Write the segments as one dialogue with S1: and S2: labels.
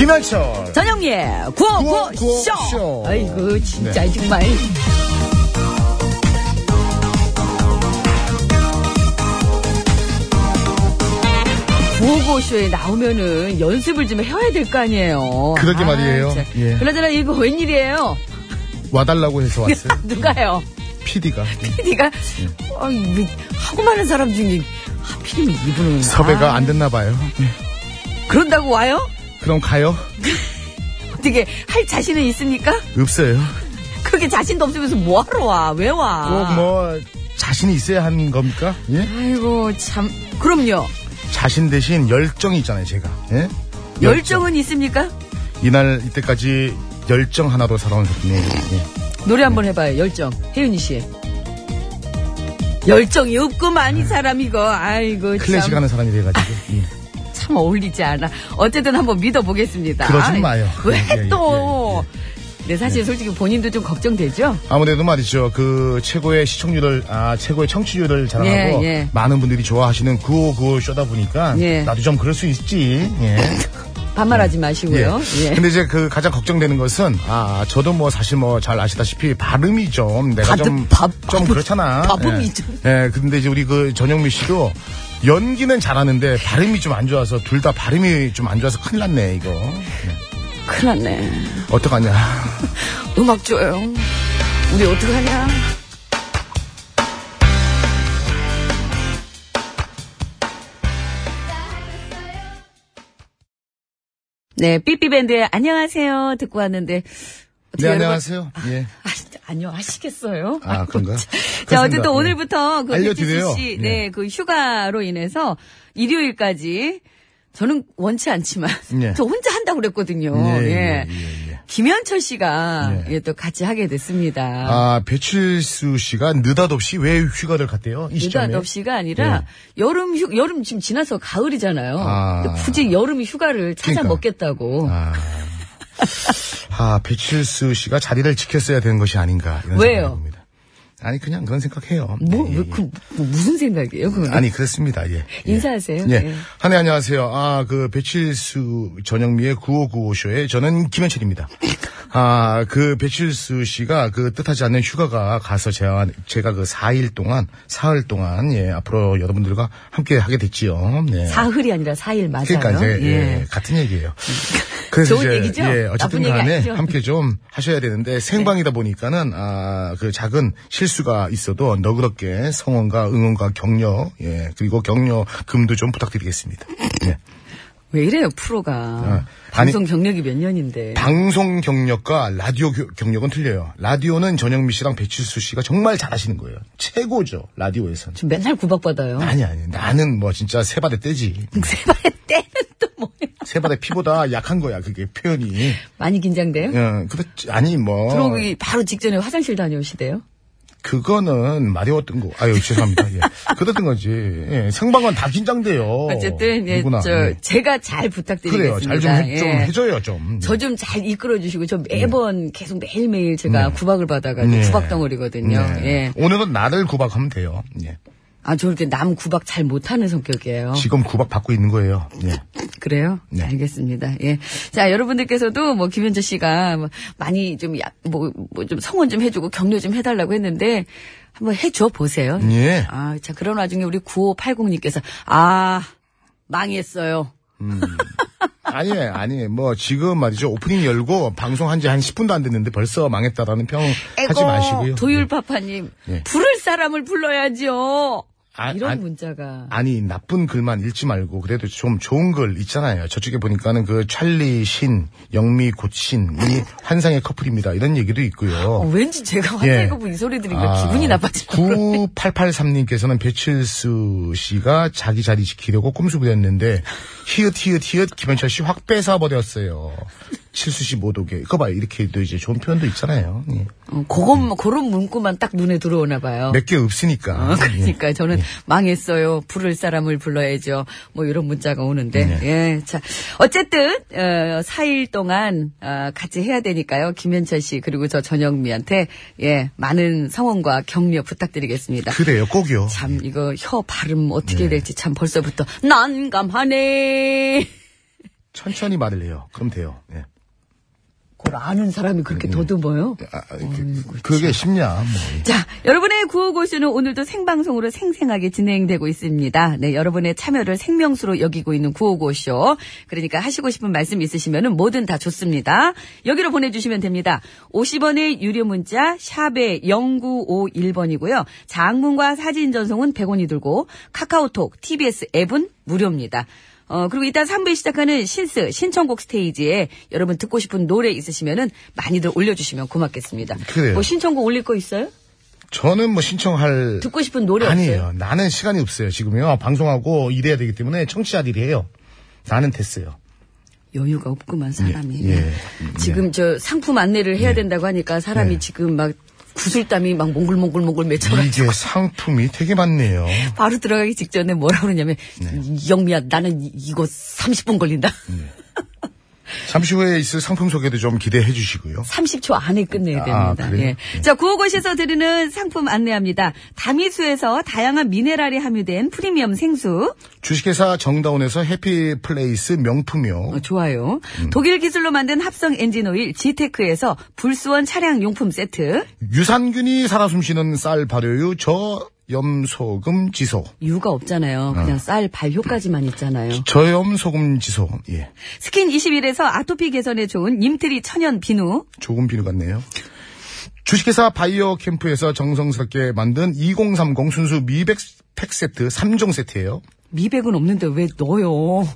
S1: 이말철
S2: 전영미의
S1: 구호, 구호,
S2: 구호구호쇼.
S1: 쇼. 네.
S2: 아이고 진짜 정말. 구호구호쇼에 나오면은 연습을 좀 해와야 될 거 아니에요.
S1: 그러게 말이에요.
S2: 진짜.
S1: 예.
S2: 그러잖아 이거 웬일이에요?
S1: 와달라고 해서 왔어요.
S2: 누가요?
S1: PD가
S2: PD가
S1: 예.
S2: 어, 하고 많은 사람 중에 하필이면 이분은
S1: 섭외가
S2: 아,
S1: 안 됐나 봐요.
S2: 그런다고 와요?
S1: 그럼 가요?
S2: 어떻게 할 자신은 있습니까?
S1: 없어요.
S2: 그렇게 자신도 없으면서 뭐하러 와? 왜 와?
S1: 꼭 뭐 자신이 있어야 하는 겁니까? 예?
S2: 아이고 참 그럼요
S1: 자신 대신 열정이 있잖아요, 제가. 예?
S2: 열정은 있습니까?
S1: 이날 이때까지 열정 하나로 살아온 사람이에요. 예.
S2: 노래 한번 해봐요 열정 혜윤이 씨 열정이 없구만 이 사람 이거 아이고
S1: 네. 클래식
S2: 참,
S1: 하는 사람이 돼가지고. 예.
S2: 참 어울리지 않아 어쨌든 한번 믿어보겠습니다
S1: 그러지
S2: 아이,
S1: 마요. 예, 예, 네.
S2: 왜 또? 근데 사실 솔직히 본인도 좀 걱정되죠?
S1: 아무래도 말이죠. 그 최고의 시청률을 아 최고의 청취율을 자랑하고
S2: 예, 예.
S1: 많은 분들이 좋아하시는 구호 구호 쇼다 보니까
S2: 예.
S1: 나도 좀 그럴 수 있지. 예.
S2: 반말하지 마시고요 예.
S1: 네. 근데 이제 그 가장 걱정되는 것은 아 저도 뭐 사실 뭐 잘 아시다시피 발음이 좀 내가
S2: 바드-
S1: 좀
S2: 밥-
S1: 좀
S2: 밥-
S1: 그렇잖아.
S2: 밥음이
S1: 예.
S2: 좀.
S1: 예. 근데 이제 우리 그 전영미 씨도 연기는 잘하는데 발음이 좀 안 좋아서 둘 다 발음이 좀 안 좋아서 큰일 났네 이거.
S2: 큰일 났네
S1: 어떡하냐.
S2: 음악 줘요 우리 어떡하냐 네, 삐삐밴드의 안녕하세요 듣고 왔는데. 어떻게
S1: 네
S2: 여러분-
S1: 안녕하세요. 예.
S2: 아, 진짜 안녕하시겠어요?
S1: 아 그런가.
S2: 자,
S1: 그렇습니다. 예. 네.
S2: 어쨌든 오늘부터 그
S1: 알려드려요.
S2: 배치수 씨,
S1: 예.
S2: 네, 그 휴가로 인해서 일요일까지 저는 원치 않지만
S1: 예.
S2: 저 혼자 한다고 그랬거든요.
S1: 예,
S2: 예.
S1: 예, 예, 예.
S2: 김현철 씨가
S1: 예.
S2: 예, 또 같이 하게 됐습니다.
S1: 아 배칠수 씨가 느닷없이 왜 휴가를 갔대요? 이 시점에. 네.
S2: 느닷없이가 아니라 여름 휴 여름 지금 지나서 가을이잖아요.
S1: 아.
S2: 근데 굳이 여름 휴가를 찾아
S1: 그러니까.
S2: 먹겠다고.
S1: 아. 아, 배칠수 씨가 자리를 지켰어야 되는 것이 아닌가. 이런
S2: 왜요?
S1: 생각이 듭니다. 아니, 그냥 그런 생각해요.
S2: 뭐,
S1: 예,
S2: 왜
S1: 예.
S2: 그, 뭐 무슨 생각이에요? 그거는?
S1: 아니, 그렇습니다. 예. 예.
S2: 인사하세요.
S1: 예.
S2: 예.
S1: 한해 안녕하세요. 아, 그 배칠수 전영미의 9595쇼에 저는 김현철입니다. 아, 그 배칠수 씨가 그 뜻하지 않는 휴가가 가서 제가, 제가 그 4일 동안, 사흘 동안, 예, 앞으로 여러분들과 함께 하게 됐지요. 네.
S2: 사흘이 아니라 사일 맞아요.
S1: 그러니까 이제 예,
S2: 예.
S1: 같은 얘기예요. 그래서
S2: 좋은
S1: 이제
S2: 얘기죠?
S1: 예,
S2: 나쁜
S1: 어쨌든
S2: 얘기
S1: 간에
S2: 아니죠?
S1: 함께 좀 하셔야 되는데 생방이다 보니까는 아, 그 작은 실수가 있어도 너그럽게 성원과 응원과 격려 예, 그리고 격려금도 좀 부탁드리겠습니다. 예.
S2: 왜 이래요 프로가
S1: 아니-
S2: 방송 경력이 몇 년인데
S1: 방송 경력과 라디오 교- 경력은 틀려요. 라디오는 전영미 씨랑 배칠수 씨가 정말 잘하시는 거예요. 최고죠. 라디오에선.
S2: 지금 맨날 구박받아요.
S1: 아니 아니 나는 뭐 진짜 세 발의 떼지.
S2: 세발의 때는 또 뭐예요?
S1: 세 발의 피보다 약한 거야 그게 표현이.
S2: 많이 긴장돼요?
S1: 예, 그렇지 아니 뭐
S2: 들어오기 바로 직전에 화장실 다녀오시대요.
S1: 그거는 마려웠던 거. 아유, 죄송합니다. 예. 그랬던 거지. 예, 생방은 다 긴장돼요.
S2: 어쨌든 예,
S1: 누구나.
S2: 저
S1: 예.
S2: 제가 잘
S1: 그래요.
S2: 부탁드리겠습니다. 예.
S1: 잘 좀 해줘요, 좀.
S2: 저 좀 잘 이끌어 주시고 저 매번 계속 매일매일 제가 구박을 받아가지고
S1: 네.
S2: 구박 덩어리거든요.
S1: 네.
S2: 예.
S1: 오늘은 나를 구박하면 돼요. 예.
S2: 아, 저 이렇게 남 구박 잘 못하는 성격이에요.
S1: 지금 구박 받고 있는 거예요. 예.
S2: 그래요?
S1: 네.
S2: 알겠습니다. 예. 자, 여러분들께서도 뭐 김현주 씨가 뭐 많이 좀 약, 뭐, 뭐 좀 성원 좀 해주고 격려 좀 해달라고 했는데 한번 해줘 보세요.
S1: 예.
S2: 아, 자, 그런 와중에 우리 9580님께서 아, 망했어요.
S1: 아니에요, 아니에요. 뭐, 지금 말이죠. 오프닝 열고 방송 한 지 한 10분도 안 됐는데 벌써 망했다라는 평 하지 마시고요.
S2: 도율파파님,
S1: 예.
S2: 부를 사람을 불러야죠.
S1: 아,
S2: 이런
S1: 아,
S2: 문자가.
S1: 아니 나쁜 글만 읽지 말고 그래도 좀 좋은 글 있잖아요. 저쪽에 보니까는 그 찰리 신, 영미 고신이 환상의 커플입니다. 이런 얘기도
S2: 어, 아,
S1: 있고요.
S2: 왠지 제가
S1: 예.
S2: 환자이고 이 소리 들으니까 기분이 나빠지고.
S1: 9883님께서는 배칠수 씨가 자기 자리 지키려고 꼼수 부렸는데 히읗 히읗 히읗 김현철 씨 확 뺏어버렸어요. 칠수 씨 못 오게. 그거 봐요. 이렇게도 이제 좋은 표현도 있잖아요. 예.
S2: 어, 그건, 그런 문구만 딱 눈에 들어오나 봐요.
S1: 몇개 없으니까. 예.
S2: 어, 그러니까 저는 망했어요. 부를 사람을 불러야죠. 뭐 이런 문자가 오는데. 예. 자, 어쨌든 어, 4일 동안 어, 같이 해야 되니까요. 김현철 씨 그리고 저 전영미한테 예, 많은 성원과 격려 부탁드리겠습니다.
S1: 그래요. 꼭요.
S2: 참 네. 이거 혀 발음 어떻게 될지 참 벌써부터 난감하네.
S1: 천천히 말을 해요. 그럼 돼요. 예.
S2: 그걸 아는 사람이 그렇게 더듬어요?
S1: 아, 그, 그게 쉽냐, 뭐.
S2: 자, 여러분의 구호고쇼는 오늘도 생방송으로 생생하게 진행되고 있습니다. 네, 여러분의 참여를 생명수로 여기고 있는 구호고쇼. 그러니까 하시고 싶은 말씀 있으시면 뭐든 다 좋습니다. 여기로 보내주시면 됩니다. 50원의 유료 문자, 샵에 0951번이고요. 장문과 사진 전송은 100원이 들고, 카카오톡, TBS 앱은 무료입니다. 어, 그리고 이따 3부에 시작하는 신스, 신청곡 스테이지에 여러분 듣고 싶은 노래 있으시면은 많이들 올려주시면 고맙겠습니다.
S1: 그래요.
S2: 뭐 신청곡 올릴 거 있어요?
S1: 저는 뭐 신청할.
S2: 듣고 싶은 노래
S1: 아니에요.
S2: 없어요?
S1: 나는 시간이 없어요. 지금요. 방송하고 일해야 되기 때문에 청취자들이 해요. 나는 됐어요.
S2: 여유가 없구만 사람이.
S1: 예, 예.
S2: 지금 저 상품 안내를 해야 된다고 하니까 사람이 지금 막 구슬땀이 막 몽글몽글몽글 맺혀가지고
S1: 이게 상품이 되게 많네요.
S2: 바로 들어가기 직전에 뭐라 그러냐면
S1: 네.
S2: 영미야 나는 이- 이거 30분 걸린다.
S1: 예. 잠시 후에 있을 상품 소개도 좀 기대해 주시고요.
S2: 30초 안에 끝내야
S1: 아,
S2: 됩니다.
S1: 그래요?
S2: 예. 자, 구호고시에서 드리는 상품 안내합니다. 다미수에서 다양한 미네랄이 함유된 프리미엄 생수.
S1: 주식회사 정다운에서 해피플레이스 명품요.
S2: 어, 좋아요.
S1: 음.
S2: 독일 기술로 만든 합성 엔진 오일 지테크에서 불수원 차량 용품 세트.
S1: 유산균이 살아 숨쉬는 쌀 발효유 저염소금 지소.
S2: 이유가 없잖아요. 그냥 쌀 발효까지만 있잖아요.
S1: 저염소금 지소. 예.
S2: 스킨 21에서 아토피 개선에 좋은 님트리 천연 비누.
S1: 조금 비누 같네요. 주식회사 바이어 캠프에서 정성스럽게 만든 2030 순수 미백 팩 세트 3종 세트예요.
S2: 미백은 없는데 왜 넣어요?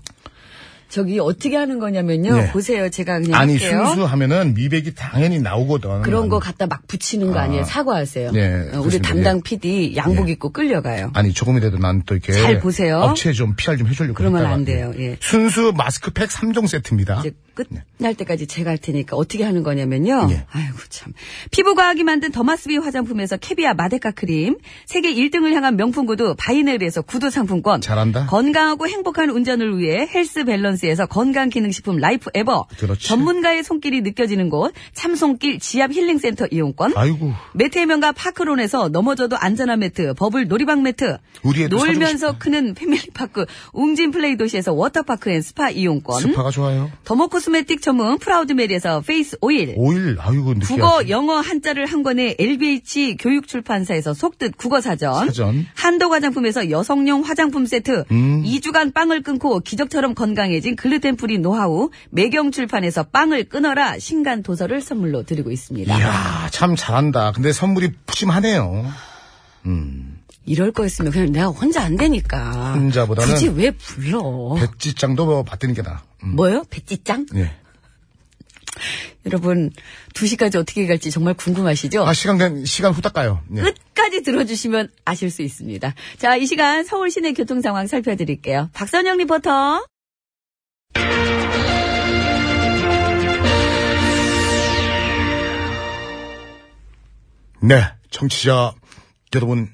S2: 저기 어떻게 하는 거냐면요.
S1: 네.
S2: 보세요. 제가 그냥
S1: 아니
S2: 할게요.
S1: 순수 하면은 미백이 당연히 나오거든.
S2: 그런 거 갖다 막 붙이는 거 아니에요. 사과하세요.
S1: 네,
S2: 어, 우리
S1: 그렇습니다.
S2: 담당
S1: 예.
S2: PD 양복
S1: 예.
S2: 입고 끌려가요.
S1: 아니 조금이라도 난 또 이렇게
S2: 잘 보세요.
S1: 업체 좀 PR 좀 해주려고
S2: 그러면
S1: 했다가.
S2: 안 돼요. 예.
S1: 순수 마스크팩 3종 세트입니다.
S2: 이제 끝날 때까지 제가 할 테니까 어떻게 하는 거냐면요.
S1: 아, 예.
S2: 아이고 참. 피부과학이 만든 더마스비 화장품에서 캐비아 마데카 크림, 세계 1등을 향한 명품 구두 바이넬에서 구두 상품권.
S1: 잘한다.
S2: 건강하고 행복한 운전을 위해 헬스 밸런스에서 건강 기능식품 라이프 에버.
S1: 그렇지.
S2: 전문가의 손길이 느껴지는 곳 참손길 지압 힐링센터 이용권.
S1: 아이고
S2: 매트의 명가 파크론에서 넘어져도 안전한 매트, 버블 놀이방 매트,
S1: 우리 애도 사주고
S2: 놀면서 크는 패밀리파크, 웅진 플레이 도시에서 워터파크 앤 스파 이용권,
S1: 스파가 좋아요.
S2: 더모 코스메틱 전문 프라우드메리에서 페이스 오일,
S1: 오일 아이고 느끼하지.
S2: 예. 국어, 영어, 한자를 한 권에 LBH 교육출판사에서 속뜻 국어사전.
S1: 사전. 음.
S2: 한도 화장품에서 여성용 화장품 세트. 이주간 빵을 끊고 기적처럼 건강해진 글루텐프리 노하우. 매경출판에서 빵을 끊어라 신간 도서를 선물로 드리고 있습니다.
S1: 이야 참 잘한다. 근데 선물이 푸짐하네요.
S2: 이럴 거였으면 그냥 내가 혼자 안 되니까.
S1: 혼자보다는
S2: 굳이 왜 불러?
S1: 백지장도 뭐 받드는 게 나아. 음,
S2: 뭐요? 백지짱?
S1: 예.
S2: 여러분 2시까지 어떻게 갈지 정말 궁금하시죠?
S1: 아 시간 된 시간 후딱 가요. 예.
S2: 끝까지 들어주시면 아실 수 있습니다. 자, 이 시간 서울 시내 교통 상황 살펴드릴게요. 박선영 리포터.
S1: 네, 청취자 여러분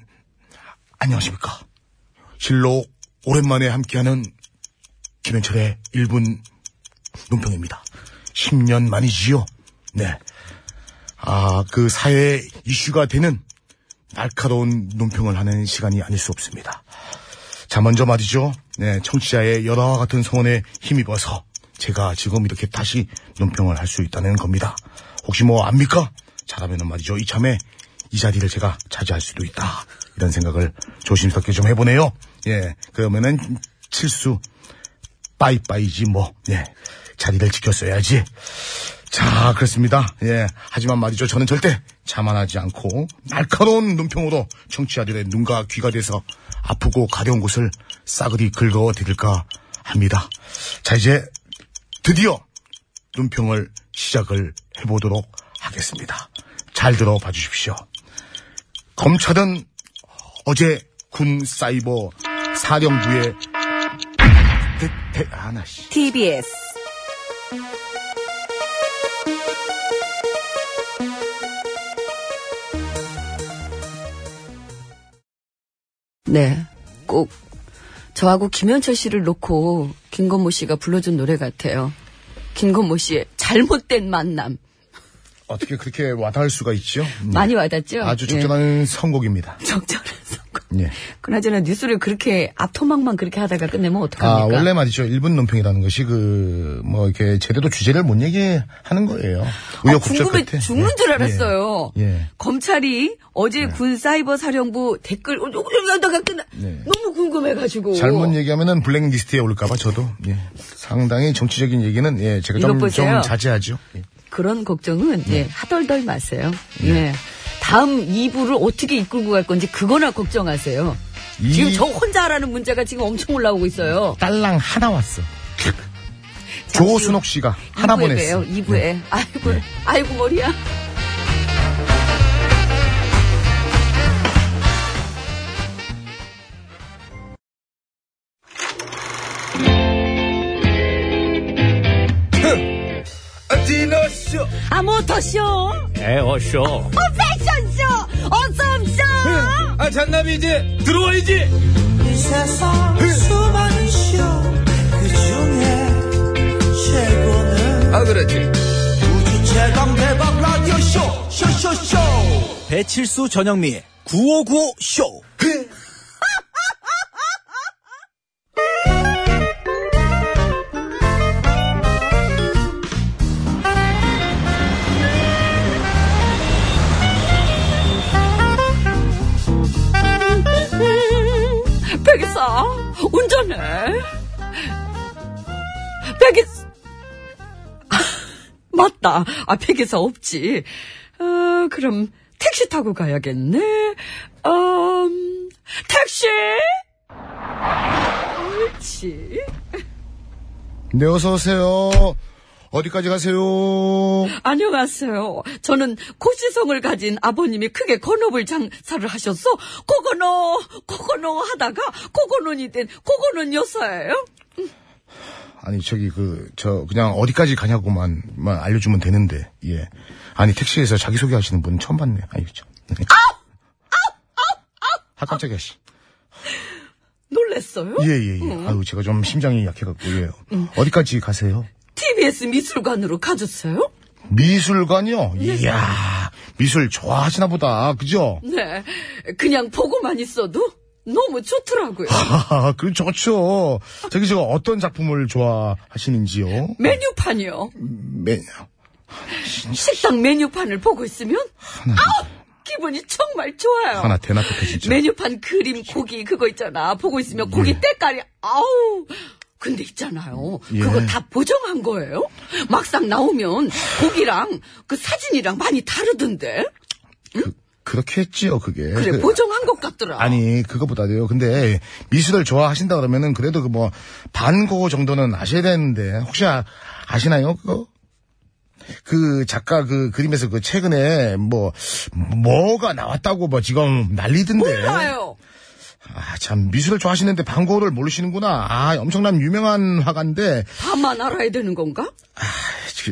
S1: 안녕하십니까? 실로 오랜만에 함께하는 김현철의 1분 논평입니다. 10년 만이지요. 네. 아, 그 사회 이슈가 되는 날카로운 논평을 하는 시간이 아닐 수 없습니다. 자, 먼저 말이죠. 네, 청취자의 여러와 같은 성원에 힘입어서 제가 지금 이렇게 다시 논평을 할 수 있다는 겁니다. 혹시 뭐 압니까? 잘하면 말이죠. 이참에 이 자리를 제가 차지할 수도 있다. 이런 생각을 조심스럽게 좀 해보네요. 예, 그러면은 칠수 빠이빠이지 뭐. 예, 자리를 지켰어야지. 자, 그렇습니다. 예. 하지만 말이죠. 저는 절대 자만하지 않고 날카로운 눈평으로 청취자들의 눈과 귀가 돼서 아프고 가려운 곳을 싸그리 긁어 드릴까 합니다. 자, 이제 드디어 눈평을 시작을 해보도록 하겠습니다. 잘 들어봐 주십시오. 검찰은 어제 군 사이버 사령부의 대, 대, 아나 씨.
S2: TBS. 네. 꼭 저하고 김현철 씨를 놓고 김건모 씨가 불러준 노래 같아요. 김건모 씨의 잘못된 만남.
S1: 어떻게 그렇게 와닿을 수가 있죠? 음.
S2: 많이 와닿죠?
S1: 아주
S2: 예.
S1: 적절한 선곡입니다.
S2: 적절한 선곡.
S1: 예.
S2: 그나저나 뉴스를 그렇게 앞토막만 그렇게 하다가 끝내면
S1: 아,
S2: 어떡합니까?
S1: 원래 말이죠. 일본 논평이라는 것이 그, 뭐, 이렇게 제대로 주제를 못 얘기하는 거예요. 우여곡절
S2: 아, 궁금해
S1: 끝에.
S2: 죽는
S1: 예.
S2: 줄 알았어요.
S1: 예. 예.
S2: 검찰이 어제 군 사이버 사령부 댓글 어, 어, 어, 나가 끝나
S1: 네.
S2: 너무 궁금해가지고
S1: 잘못 예. 얘기하면은 블랙리스트에 올까봐 저도, 예. 상당히 정치적인 얘기는, 예, 제가
S2: 이것
S1: 좀,
S2: 보세요.
S1: 좀 자제하죠. 예.
S2: 그런 걱정은 예,
S1: 네.
S2: 하덜덜 마세요. 예. 다음 2부를 어떻게 이끌고 갈 건지 그거나 걱정하세요.
S1: 이-
S2: 지금 저 혼자 하라는 문제가 지금 엄청 올라오고 있어요.
S1: 딸랑 하나 왔어.
S2: 잠시
S1: 조순옥 씨가 하나
S2: 2부에
S1: 보냈어. 예. 네.
S2: 봬요, 2부에. 아이고, 아이고 머리야.
S3: 디너쇼
S2: 아 모터쇼,
S3: 에어쇼
S2: 패션쇼, 어썸쇼.
S3: 아 잔남이 이제 들어와야지
S4: 이 세상 수많은 쇼그 중에 최고는
S3: 아 그렇지
S4: 우주 최강 대박 라디오 쇼 쇼쇼쇼
S5: 배칠수 전영미의 9595 쇼.
S2: 백이사, 운전해. 백이사. 맞다. 아, 백이사 없지. 어, 그럼 택시 타고 가야겠네. 음, 택시! 옳지.
S1: 네, 어서오세요. 어디까지 가세요?
S2: 안녕하세요. 저는 고시성을 가진 아버님이 크게 건업을 장사를 하셔서 고건어, 고건어 하다가 고건원이 된 고건원 여사예요.
S1: 아니, 저기, 그, 저, 그냥 어디까지 가냐고만, 만 알려주면 되는데, 예. 아니, 택시에서 자기소개 하시는 분은 처음 봤네. 아니, 그죠. 아, 깜짝이야, 씨.
S2: 놀랬어요? 음.
S1: 예, 예, 예. 아유, 제가 좀 심장이 약해갖고, 예. 어디까지 가세요?
S2: TBS 미술관으로 가주세요.
S1: 미술관이요? 이야, 미술 좋아하시나 보다. 그죠?
S2: 네. 그냥 보고만 있어도 너무 좋더라고요.
S1: 하하, 그 좋죠. 저기, 제가 어떤 작품을 좋아하시는지요?
S2: 메뉴판이요.
S1: 메,
S2: 식당 메뉴판을 보고 있으면 아우! 기분이 정말 좋아요.
S1: 하나 대낮부터 진짜.
S2: 메뉴판 그림 고기 그거 있잖아. 보고
S1: 네.
S2: 있으면 고기 때깔이 아우. 근데 있잖아요.
S1: 예.
S2: 그거 다 보정한 거예요? 막상 나오면 고기랑 그 사진이랑 많이 다르던데.
S1: 그, 그렇게 했지요, 그게.
S2: 그래
S1: 그-
S2: 보정한 것 같더라.
S1: 아니 그거보다도요. 근데 미술을 좋아하신다 그러면은 그래도 그 뭐 반고 정도는 아셔야 되는데 혹시 아, 시나요 그거? 그 작가 그 그림에서 그 최근에 뭐 뭐가 나왔다고 뭐 지금 난리던데.
S2: 몰라요.
S1: 아 참 미술을 좋아하시는데 반고를 모르시는구나. 아 엄청난 유명한 화가인데.
S2: 다만 알아야 되는 건가?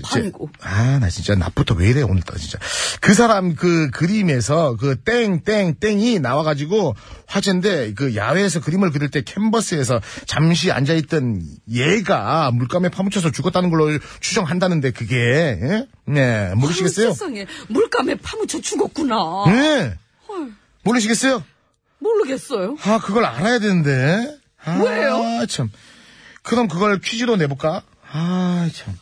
S2: 반고.
S1: 아나 진짜 나부터 왜 이래 오늘따라 진짜. 그 사람 그 그림에서 그 땡 땡 땡이 나와가지고 화제인데 그 야외에서 그림을 그릴 때 캔버스에서 잠시 앉아있던 얘가 물감에 파묻혀서 죽었다는 걸로 추정한다는데 그게 예? 네 모르시겠어요?
S2: 아유, 세상에 물감에 파묻혀 죽었구나.
S1: 네 모르시겠어요?
S2: 모르겠어요.
S1: 아 그걸 알아야 되는데. 아,
S2: 왜요?
S1: 참 그럼 그걸 퀴즈로 내볼까? 아 참.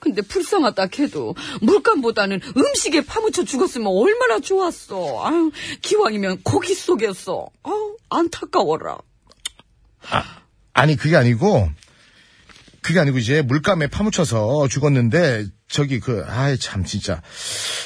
S2: 근데 불쌍하다 해도 물감보다는 음식에 파묻혀 죽었으면 얼마나 좋았어. 아유 기왕이면 고기 속였어. 아유 안타까워라.
S1: 아니 그게 아니고 그게 아니고 이제 물감에 파묻혀서 죽었는데 저기 그 아이 참 진짜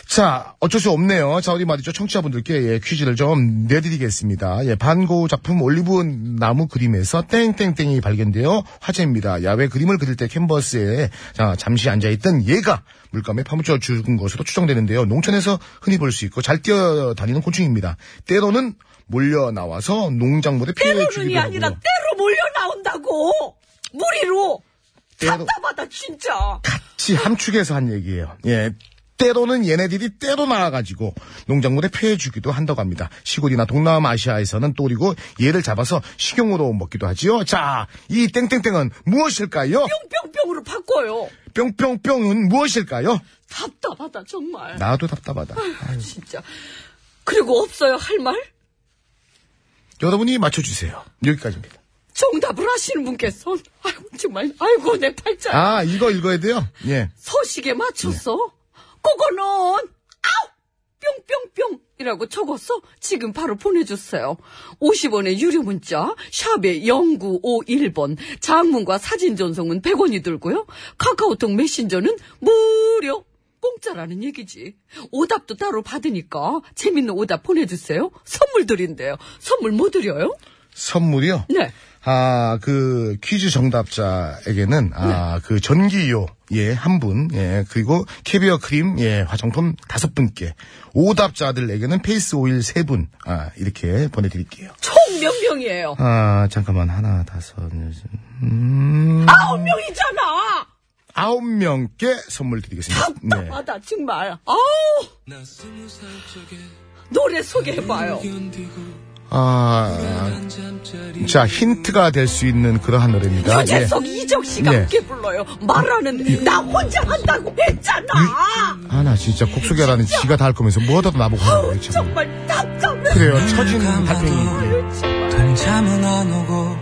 S1: 자 어쩔 수 없네요 자 어디 말이죠 청취자분들께 예, 퀴즈를 좀 내드리겠습니다 예 반고 작품 올리브 나무 그림에서 땡땡땡이 발견되어 화제입니다 야외 그림을 그릴 때 캔버스에 자 잠시 앉아있던 얘가 물감에 파묻혀 죽은 것으로 추정되는데요 농촌에서 흔히 볼 수 있고 잘 뛰어다니는 곤충입니다 때로는 몰려 나와서 농작물에 피해
S2: 때로는이
S1: 주기도
S2: 아니라
S1: 하고요.
S2: 때로 몰려 나온다고 무리로.
S1: 때로-
S2: 답답하다 진짜.
S1: 같이 함축해서 한 얘기예요. 예. 때로는 얘네들이 때로 나와가지고 농작물에 피해주기도 한다고 합니다. 시골이나 동남아시아에서는 또리고 얘를 잡아서 식용으로 먹기도 하지요. 자, 이 땡땡땡은 무엇일까요?
S2: 뿅뿅뿅으로 바꿔요.
S1: 뿅뿅뿅은 무엇일까요?
S2: 답답하다 정말.
S1: 나도 답답하다.
S2: 진짜. 그리고 없어요 할 말?
S1: 여러분이 맞춰주세요. 여기까지입니다.
S2: 정답을 아시는 분께서 아이고 정말 아이고 내 팔자
S1: 아, 이거 읽어야 돼요? 예.
S2: 서식에 맞춰서 그거는 아우 뿅뿅뿅이라고 적어서 지금 바로 보내주세요. 50원의 유료 문자 샵에 0951번 장문과 사진 전송은 100원이 들고요. 카카오톡 메신저는 무료 공짜라는 얘기지. 오답도 따로 받으니까 재밌는 오답 보내주세요. 선물 드린대요. 선물 뭐 드려요?
S1: 선물이요?
S2: 네.
S1: 아, 그 퀴즈 정답자에게는 아, 그 전기요 예, 한 분. 예, 그리고 캐비어 크림 예, 화장품 다섯 분께. 오답자들에게는 페이스 오일 세 분. 아, 이렇게 보내 드릴게요.
S2: 총 몇 명이에요?
S1: 아, 잠깐만. 하나, 다섯, 여섯, 음.
S2: 아홉 명이잖아.
S1: 아홉 명께 선물 드리겠습니다. 네.
S2: 답답하다 아, 정말 아우 노래 소개해봐요
S1: 아, 자, 힌트가 될 수 있는 그러한 노래입니다. 예.
S2: 유재석 이적씨가
S1: 네.
S2: 함께 불러요 말하는데 나 혼자 한다고 했잖아
S1: 아, 나 진짜 곡 소개하라는 지가 다 할 거면서 뭐하다 나보고 하는 거예요, 참.
S2: 정말 답답해
S1: 그래요. 처진 달팽이.
S6: 잠은 안 오고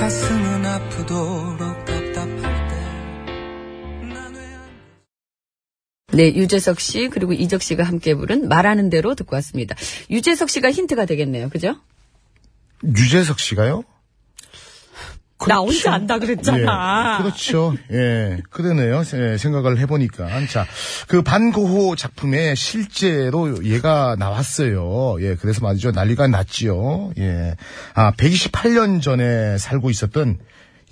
S6: 가슴은 아프도록 답답할 때
S2: 네 유재석씨 그리고 이적씨가 함께 부른 말하는 대로 듣고 왔습니다 유재석씨가 힌트가 되겠네요 그죠?
S1: 유재석 씨가요?
S2: 나 혼자 한다 그렇죠. 네. 그랬잖아
S1: 예, 그렇죠. 예. 그러네요. 예, 생각을 해보니까. 자, 그 반고호 작품에 실제로 얘가 나왔어요. 예. 그래서 말이죠. 난리가 났지요. 예. 아, 128년 전에 살고 있었던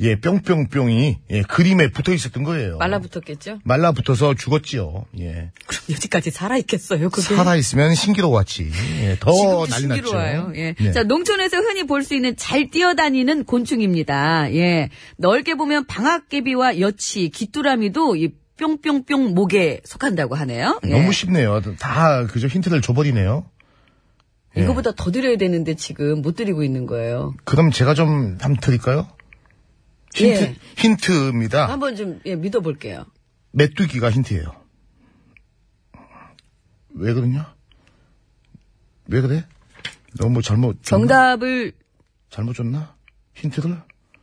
S1: 예, 뿅뿅뿅이 예, 그림에 붙어 있었던 거예요.
S2: 말라붙었겠죠?
S1: 말라붙어서 죽었지요. 예.
S2: 그럼 여지까지 살아있겠어요 그게
S1: 살아있으면 신기로웠지. 예, 더
S2: 지금도
S1: 난리 났죠.
S2: 신기로워요. 예.
S1: 네.
S2: 자, 농촌에서 흔히 볼 수 있는 잘 뛰어다니는 곤충입니다. 예. 넓게 보면 방앗개비와 여치, 귀뚜라미도 이 뿅뿅뿅 목에 속한다고 하네요. 예.
S1: 아, 너무 쉽네요. 다 그저 힌트를 줘버리네요. 예.
S2: 이거보다 더 드려야 되는데 지금 못 드리고 있는 거예요.
S1: 그럼 제가 좀 한번 드릴까요? 힌트,
S2: 예.
S1: 힌트입니다.
S2: 한번 좀 예, 믿어볼게요.
S1: 음. 메뚜기가 힌트예요. 왜 그러냐? 왜 그래? 너무 뭐 잘못 줬나?
S2: 정답을
S1: 잘못 줬나? 힌트를?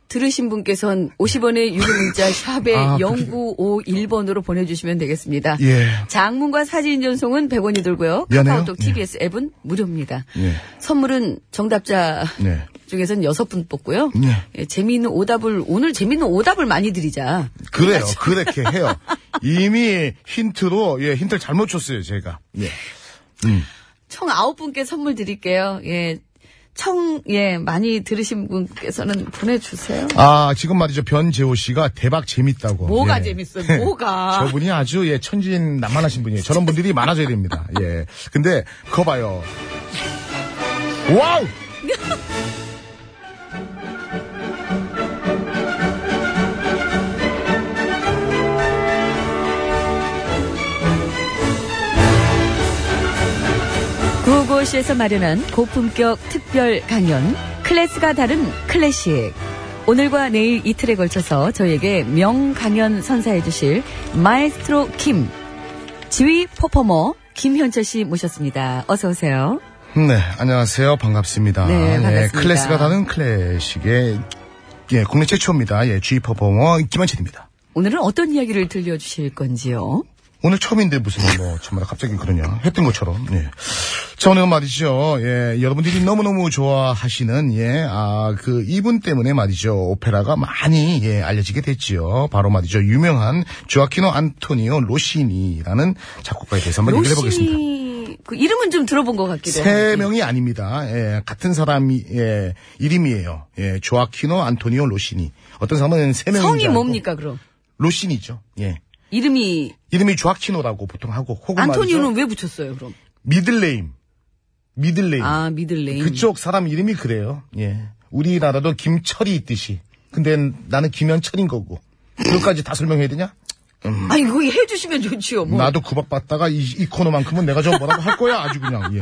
S2: 들으신 분께서는 50원의 유료 문자 샵에
S1: 아,
S2: 0951번으로 보내주시면 되겠습니다.
S1: 예.
S2: 장문과 사진 전송은 100원이 들고요.
S1: 미안해요.
S2: 카카오톡
S1: 예.
S2: TBS 앱은 무료입니다.
S1: 예.
S2: 선물은 정답자
S1: 네.
S2: 중에서는 6분 뽑고요.
S1: 예.
S2: 예, 재미있는 오답을 오늘 재미있는 오답을 많이 드리자.
S1: 그래요. 그렇게 해요. 이미 힌트로 예 힌트를 잘못 줬어요 제가. 예.
S2: 총 9분께 선물 드릴게요. 예. 청, 예, 많이 들으신 분께서는 보내주세요.
S1: 아 지금 말이죠 변재호 씨가 대박 재밌다고.
S2: 뭐가
S1: 예.
S2: 재밌어, 뭐가.
S1: 저분이 아주 예 천진 난만하신 분이에요. 저런 분들이 많아져야 됩니다. 예. 근데 그거 봐요. 와우.
S2: 구호고시에서 마련한 고품격 특별 강연 클래스가 다른 클래식 오늘과 내일 이틀에 걸쳐서 저희에게 명강연 선사해 주실 마에스트로 김 지휘 퍼포머 김현철 씨 모셨습니다. 어서 오세요.
S1: 네, 안녕하세요. 반갑습니다. 예,
S2: 네, 반갑습니다.
S1: 클래스가 다른 클래식의 예, 국내 최초입니다. 예, G 퍼포머 김한철입니다.
S2: 오늘은 어떤 이야기를 들려주실 건지요?
S1: 오늘 처음인데 무슨 뭐 정말 갑자기 그러냐 했던 것처럼. 예. 자 오늘 말이죠. 예, 여러분들이 너무너무 좋아하시는 예, 아, 그 이분 때문에 말이죠. 오페라가 많이 예, 알려지게 됐지요. 바로 말이죠. 유명한 조아키노 안토니오 로시니라는 작곡가에 대해서 한번 얘기를 해보겠습니다.
S2: 로시 그 이름은 좀 들어본 것 같기도
S1: 세
S2: 해요.
S1: 명이 아닙니다. 예, 같은 사람이 예, 이름이에요. 예, 조아키노 안토니오 로시니. 어떤 사람은 세 명인
S2: 성이
S1: 줄 알고
S2: 뭡니까 그럼?
S1: 로시니죠. 예.
S2: 이름이
S1: 이름이 조아키노라고 보통 하고 혹은
S2: 안토니오는
S1: 말이죠.
S2: 왜 붙였어요 그럼?
S1: 미들네임. 미들네임.
S2: 아 미들네임.
S1: 그쪽 사람 이름이 그래요. 예. 우리나라도 김철이 있듯이. 근데 나는 김현철인 거고. 그것까지 다 설명해야 되냐?
S2: 아니 그거 해주시면 좋지요. 뭐.
S1: 나도 구박받다가 이, 이 코너만큼은 내가 좀 뭐라고 할 거야 아주 그냥 예.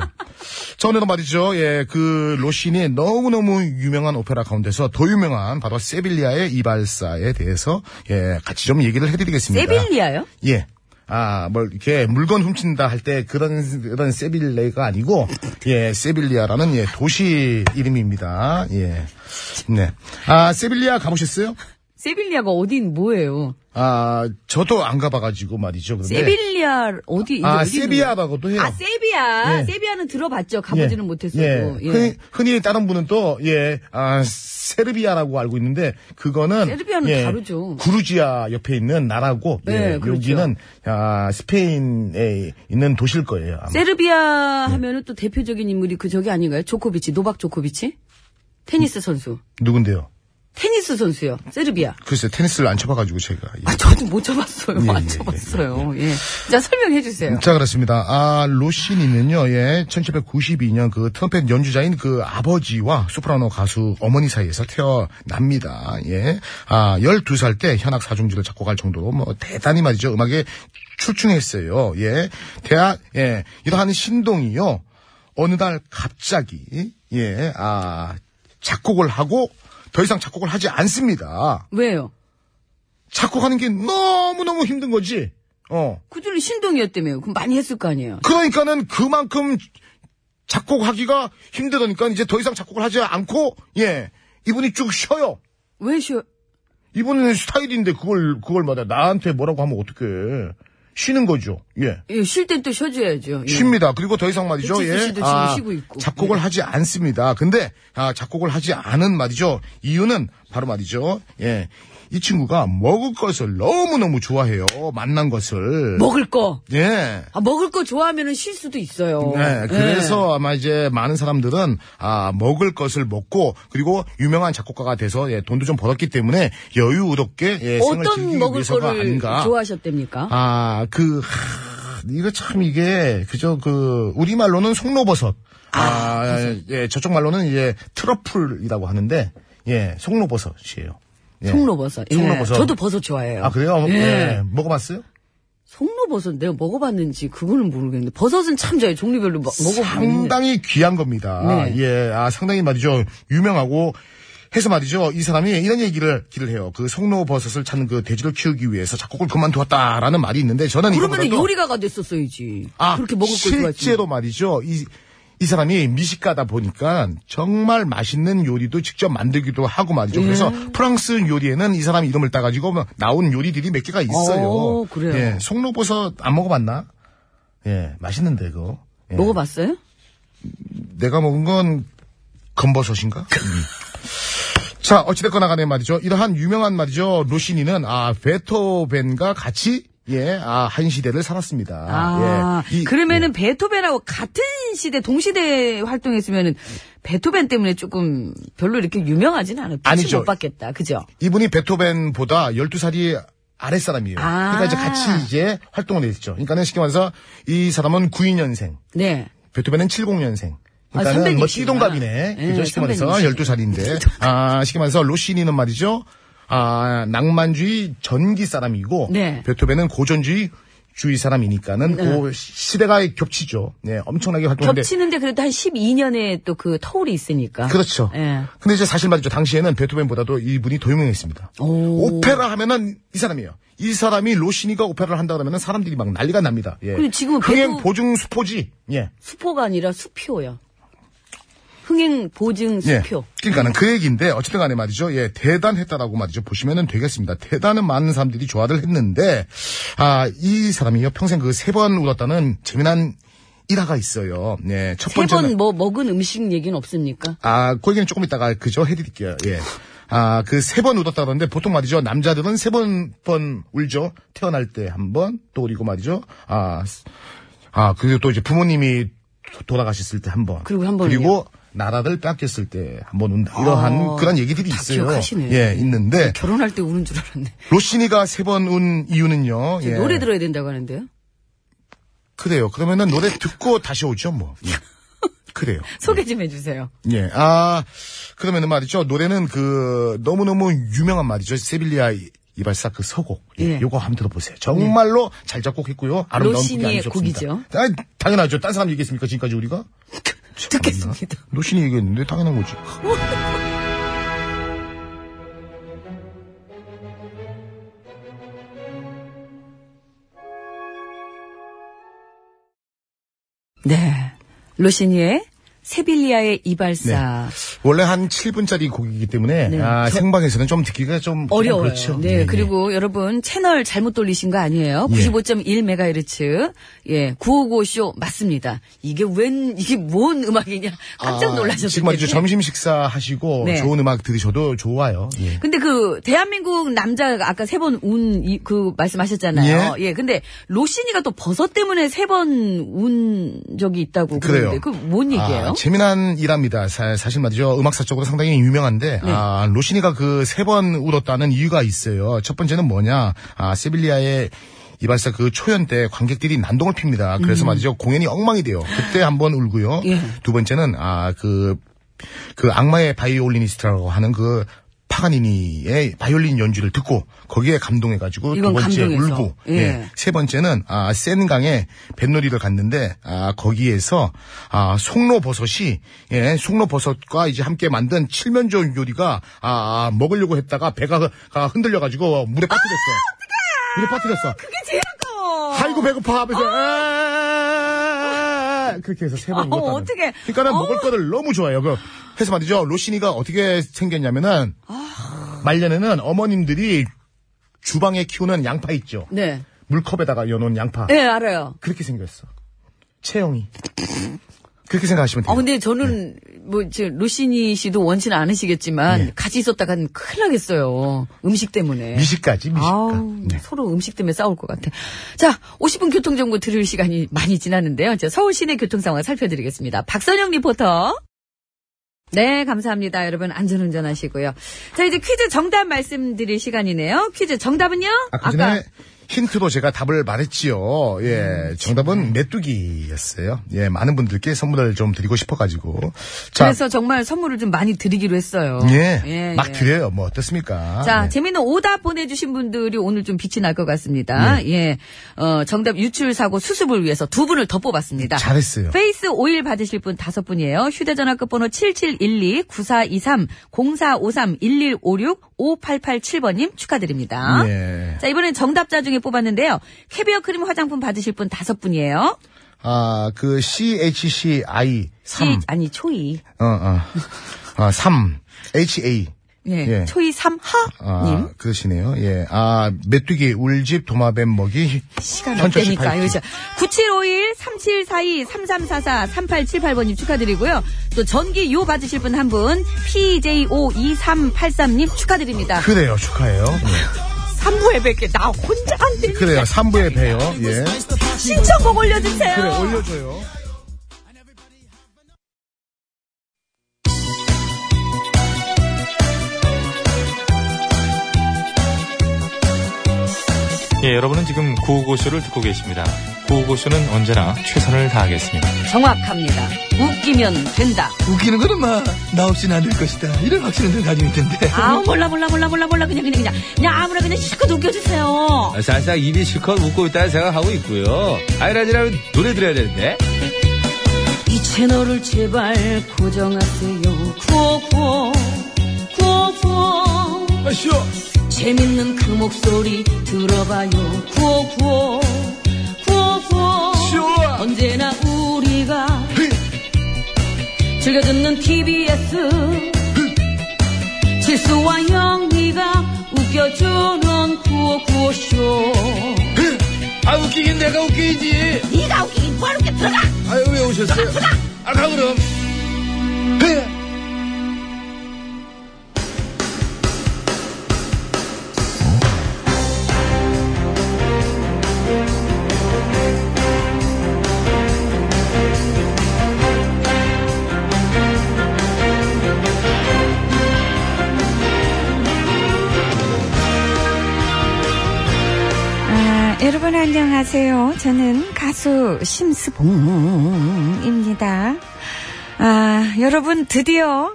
S1: 전에도 말이죠 예그 로신이 너무너무 유명한 오페라 가운데서 더 유명한 바로 세빌리아의 이발사에 대해서 예 같이 좀 얘기를 해드리겠습니다
S2: 세빌리아요?
S1: 예 아, 뭘, 이렇게, 물건 훔친다 할 때 그런, 그런 세빌레가 아니고, 예, 세빌리아라는, 예, 도시 이름입니다. 예. 네. 아, 세빌리아 가보셨어요?
S2: 세빌리아가 어딘 뭐예요?
S1: 아, 저도 안 가봐가지고 말이죠. 그런데.
S2: 세빌리아 어디? 이게
S1: 네. 아,
S2: 어디 있는
S1: 세비아라고도 해요.
S2: 거야? 아, 세비야.
S1: 예.
S2: 세비야는 들어봤죠. 가보지는 못했어도.
S1: 예.
S2: 예.
S1: 흔히, 흔히 다른 분은 또, 예, 아, 세르비아라고 알고 있는데, 그거는.
S2: 세르비아는
S1: 예,
S2: 다르죠.
S1: 구르지아 옆에 있는 나라고,
S2: 네,
S1: 예,
S2: 그렇죠.
S1: 여기는, 아, 스페인에 있는 도시일 거예요. 아마.
S2: 세르비아
S1: 예.
S2: 하면은 또 대표적인 인물이 그 저기 아닌가요? 조코비치, 노박 조코비치? 테니스 선수.
S1: 누군데요?
S2: 테니스 선수요. 세르비아.
S1: 글쎄, 테니스를 안 쳐봐가지고 제가. 예.
S2: 아, 저도 못 쳐봤어요.
S1: 예, 음.
S2: 안
S1: 예,
S2: 쳐봤어요. 예. 자, 설명해 주세요.
S1: 자, 그렇습니다. 아, 로시니는요, 예, 1792년 그 트럼펫 연주자인 그 아버지와 소프라노 가수 어머니 사이에서 태어납니다. 예. 아, 12살 때 현악 사중지를 작곡할 정도로 뭐 대단히 말이죠. 음악에 출중했어요. 예. 대학, 예, 이러한 신동이요. 어느 날 갑자기, 예, 아, 작곡을 하고 더 이상 작곡을 하지 않습니다.
S2: 왜요?
S1: 작곡하는 게 너무너무 힘든 거지. 어.
S2: 그 줄이 신동이었다며요. 그럼 많이 했을 거 아니에요.
S1: 그러니까는 그만큼 작곡하기가 힘들으니까 이제 더 이상 작곡을 하지 않고 예 이분이 쭉 쉬어요.
S2: 왜 쉬어?
S1: 이분은 스타일인데 그걸 그걸 말해 나한테 뭐라고 하면 어떡해 쉬는 거죠. 예.
S2: 예, 쉴 땐 또 쉬어줘야죠. 예.
S1: 쉽니다. 그리고 더 이상 말이죠.
S2: 배치수
S1: 예.
S2: 씨도 지금 쉬고 있고.
S1: 작곡을
S2: 네.
S1: 하지 않습니다. 근데 아, 작곡을 하지 않은 말이죠. 이유는 바로 말이죠. 예. 이 친구가 먹을 것을 너무너무 좋아해요. 만난 것을.
S2: 먹을 거.
S1: 예.
S2: 아, 먹을 거 좋아하면은 쉴 수도 있어요.
S1: 네, 그래서 아마 이제 많은 사람들은 아 먹을 것을 먹고 그리고 유명한 작곡가가 돼서 예, 돈도 좀 벌었기 때문에 여유롭게 예,
S2: 예.
S1: 생을
S2: 어떤
S1: 즐기기
S2: 먹을
S1: 위해서가
S2: 거를
S1: 아닌가.
S2: 좋아하셨답니까?
S1: 아그 이거 참 이게 그저 그 우리 말로는 송로버섯, 아, 예 저쪽 말로는 이제 트러플이라고 하는데 예 송로버섯이에요. 예.
S2: 송로버섯. 예.
S1: 송로버섯.
S2: 저도 버섯 좋아해요.
S1: 아 그래요?
S2: 예.
S1: 예, 먹어봤어요?
S2: 송로버섯 내가 먹어봤는지 그거는 모르겠는데 버섯은 참 좋아요. 종류별로 뭐 먹- 먹어봤는데.
S1: 상당히 귀한 겁니다.
S2: 네.
S1: 예, 아, 상당히 말이죠. 유명하고 해서 말이죠. 이 사람이 이런 얘기를 기를 해요. 그 송로버섯을 찾는 그 돼지를 키우기 위해서 작곡을 그만두었다라는 말이 있는데 저는
S2: 그러면
S1: 이거보다도-
S2: 요리가가 됐었어야지.
S1: 아,
S2: 그렇게 먹을 걸 좋아했지.
S1: 실제로 말이죠. 이, 이 사람이 미식가다 보니까 정말 맛있는 요리도 직접 만들기도 하고 말이죠.
S2: 예.
S1: 그래서 프랑스 요리에는 이 사람 이름을 따가지고 뭐 나온 요리들이 몇 개가 있어요.
S2: 어, 그래요?
S1: 예, 송로버섯 안 먹어봤나? 예, 맛있는데 그거. 예.
S2: 먹어봤어요?
S1: 내가 먹은 건 건버섯인가? 음. 자, 어찌됐거나 간에 말이죠. 이러한 유명한 말이죠. 로시니는, 아, 베토벤과 같이, 예, 아, 한 시대를 살았습니다.
S2: 아,
S1: 예. 이-
S2: 그러면은 베토벤하고 같은 시대 동시대 활동했으면은 베토벤 때문에 조금 별로 이렇게 유명하진 않아요. 빛을
S1: 아니죠.
S2: 못 받겠다. 그죠?
S1: 이분이 베토벤보다 12살이 아랫사람이에요.
S2: 아.
S1: 그러니까 이제 같이 이제 활동을 했죠. 그러니까는 쉽게 말해서 이 사람은 92년생,
S2: 네.
S1: 베토벤은 70년생. 그러니까는
S2: 선배님이시구나.
S1: 뭐 띠동갑이네.
S2: 아, 예,
S1: 그죠? 쉽게 말해서
S2: 선배님이시네.
S1: 12살인데. 아, 쉽게 말해서 로시니는 말이죠. 아, 낭만주의 전기 사람이고
S2: 네.
S1: 베토벤은 고전주의 주의 사람이니까는 그 시대가 겹치죠. 네, 엄청나게 활동했는데
S2: 겹치는데 그래도 한 12년에 또 그 터울이 있으니까.
S1: 그렇죠.
S2: 예.
S1: 근데 이제 사실 말이죠. 당시에는 베토벤보다도 이분이 더 유명했습니다.
S2: 오.
S1: 오페라 하면은 이 사람이에요. 이 사람이 로시니가 오페라를 한다 그러면은 사람들이 막 난리가 납니다. 예.
S2: 그리고 지금은
S1: 흥행
S2: 베토-
S1: 보증 수포지. 예.
S2: 수포가 아니라 수표요. 흥행 보증
S1: 예.
S2: 수표.
S1: 그러니까는 그 얘기인데 어쨌든 간에 말이죠. 예, 대단했다라고 말이죠. 보시면은 되겠습니다. 대단은 많은 사람들이 좋아를 했는데 아, 이 사람이요. 평생 그 세 번 울었다는 재미난 일화가 있어요. 예. 첫
S2: 세 번
S1: 번째는
S2: 뭐 먹은 음식 얘기는 없습니까?
S1: 아, 그 얘기는 조금 이따가 그저 해드릴게요. 예. 아, 그 세 번 울었다 그러는데 보통 말이죠. 남자들은 세 번, 번 울죠. 태어날 때 한 번, 또 그리고 말이죠. 아, 아, 그리고 또 이제 부모님이 도- 돌아가셨을 때 한 번.
S2: 그리고 한 번이요?
S1: 그리고 나라를 뺏겼을 때 한 번 운다. 이러한
S2: 아,
S1: 그런 얘기들이
S2: 다
S1: 있어요.
S2: 기억하시네.
S1: 예, 있는데.
S2: 결혼할 때 우는 줄 알았네.
S1: 로시니가 세 번 운 이유는요. 예.
S2: 노래 들어야 된다고 하는데요.
S1: 그래요. 그러면은 노래 듣고 다시 오죠, 뭐. 예. 그래요.
S2: 소개 좀 해주세요.
S1: 예, 아, 그러면은 말이죠. 노래는 그, 너무너무 유명한 말이죠. 세빌리아 이- 이발사 그 서곡. 예,
S2: 예.
S1: 요거 한번 들어보세요. 정말로 잘 작곡했고요. 아름다운 곡이
S2: 로시니의
S1: 아니죠.
S2: 곡이죠.
S1: 아, 당연하죠. 딴 사람 얘기했습니까? 지금까지 우리가?
S2: 듣겠습니다.
S1: 참나. 로시니 얘기했는데 당연한 거지.
S2: 네. 로시니의 세빌리아의 이발사.
S1: 원래 한 7분짜리 곡이기 때문에
S2: 네.
S1: 아, 생방에서는 좀 듣기가 좀
S2: 어려워요.
S1: 그렇죠.
S2: 네, 그리고 여러분 채널 잘못 돌리신 거 아니에요?
S1: 예.
S2: 95.1MHz. 예, 955쇼 맞습니다. 이게 웬 이게 뭔 음악이냐? 깜짝 놀라셨을
S1: 지금 아주
S2: 텐데.
S1: 점심 식사 하시고
S2: 네.
S1: 좋은 음악 들으셔도 좋아요. 예.
S2: 근데 그 대한민국 남자가 아까 세 번 운 그 말씀하셨잖아요. 예. 근데 로시니가 또 버섯 때문에 세 번 운 적이 있다고
S1: 그래요.
S2: 그러는데 그뭔 얘기예요?
S1: 아, 재미난 일합니다. 사, 실 말이죠. 음악사적으로 상당히 유명한데
S2: 네.
S1: 아, 로시니가 그 세 번 울었다는 이유가 있어요. 첫 번째는 뭐냐? 아, 세빌리아의 이발사 그 초연 때 관객들이 난동을 핍니다. 그래서 말이죠. 공연이 엉망이 돼요. 그때 한 번 울고요.
S2: 음. 예.
S1: 두 번째는 아그 그 악마의 바이올리니스트라고 하는 그 파가니니의 바이올린 연주를 듣고 거기에 감동해가지고 두
S2: 이건
S1: 번째
S2: 감동해서.
S1: 울고
S2: 예.
S1: 예. 세 번째는 아, 센강에 뱃놀이를 갔는데 아, 거기에서 아, 송로버섯이 예, 송로버섯과 이제 함께 만든 칠면조 요리가 아, 아, 먹으려고 했다가 배가 흐- 아, 흔들려가지고 물에 빠뜨렸어요. 물에 빠뜨렸어.
S2: 아, 그게 제일 아까워.
S1: 아이고 배고파 하면서 에에에에에 그렇게 해서 세번
S2: 어,
S1: 먹었다.
S2: 어떡해.
S1: 그러니까는
S2: 어.
S1: 먹을 거를 너무 좋아해요. 그 해서 말이죠. 로시니가 어떻게 생겼냐면은
S2: 아.
S1: 말년에는 어머님들이 주방에 키우는 양파 있죠.
S2: 네.
S1: 물컵에다가 여놓은 양파.
S2: 예, 알아요.
S1: 그렇게 생겼어. 체형이. 그렇게 생각하시면 돼요.
S2: 아, 근데
S1: 네.
S2: 저는, 뭐, 저, 로시니 씨도 원치는 않으시겠지만, 같이 있었다간 큰일 나겠어요. 음식 때문에.
S1: 미식까지 미식까.
S2: 아우,
S1: 네.
S2: 서로 음식 때문에 싸울 것 같아. 자, 50분 교통정보 들을 시간이 많이 지났는데요. 제 서울 시내 교통 상황 살펴드리겠습니다. 박선영 리포터. 네, 감사합니다. 여러분, 안전운전 하시고요. 자, 이제 퀴즈 정답 말씀드릴 시간이네요. 퀴즈 정답은요?
S1: 아까 그 전에 힌트로 제가 답을 말했지요. 예,
S2: 음,
S1: 정답은
S2: 네.
S1: 메뚜기였어요. 예, 많은 분들께 선물을 좀 드리고 싶어가지고. 자,
S2: 그래서 정말 선물을 좀 많이 드리기로 했어요.
S1: 예, 막
S2: 예.
S1: 드려요. 뭐 어떻습니까?
S2: 자,
S1: 네.
S2: 재미있는 오답 보내주신 분들이 오늘 좀 빛이 날 것 같습니다.
S1: 네.
S2: 예. 어, 정답 유출 사고 수습을 위해서 두 분을 더 뽑았습니다.
S1: 잘했어요.
S2: 페이스 오일 받으실 분 다섯 분이에요. 휴대전화 끝번호 7712-9423-0453-1156-5887번님 축하드립니다.
S1: 예.
S2: 자, 이번엔 정답자 중에 뽑았는데요. 캐비어 크림 화장품 받으실 분 다섯 분이에요.
S1: 아, 그 CHCI 3.
S2: 시- 아니, 초이.
S1: 어, 어. 아, 3. HA.
S2: 예.
S1: 예.
S2: 초이 삼하님.
S1: 아, 그러시네요. 예. 아, 메뚜기, 울집, 도마뱀 먹이.
S2: 시간
S1: 현철 씨
S2: 없다니까.
S1: 밝기.
S2: 9751-3742-3344-3878번님 축하드리고요. 또 전기 요 받으실 분 한 분, PJ52383님 축하드립니다.
S1: 그래요. 축하해요.
S7: 네.
S1: 예.
S2: 3부에 뵐게. 나 혼자 안 돼.
S1: 그래요. 3부에 봬요. 예.
S7: 뭐,
S2: 신청곡 올려주세요.
S1: 그래, 올려줘요.
S8: 예, 여러분은 지금 구호고쇼를 듣고 계십니다. 구호고쇼는 언제나 최선을 다하겠습니다.
S2: 정확합니다. 웃기면 된다.
S6: 웃기는 건 엄마 나 없이는 안 될 것이다 이런 확신을 늘 가지고 있던데
S2: 아 몰라 몰라 몰라 몰라 몰라 그냥 그냥 그냥 그냥 아무나 그냥 실컷 웃겨주세요.
S3: 아, 살짝 입이 실컷 웃고 있다는 생각하고 있고요. 아이라지라면 노래 들어야 되는데.
S2: 이 채널을 제발 고정하세요. 구호구호 구호구호
S3: 아쇼.
S2: 재밌는 그 목소리 들어봐요 구호구호 구호구호
S3: 좋아.
S2: 언제나 우리가 즐겨 듣는 TBS 실수와 영리가 웃겨주는 구호구호쇼
S3: 아 웃기긴 내가 웃기지.
S2: 네가 웃기긴 바로 게 들어가
S3: 아유 왜 오셨어요? 아가 그럼.
S6: 네.
S7: 아, 여러분 안녕하세요. 저는 가수 심스봉입니다. 아, 여러분 드디어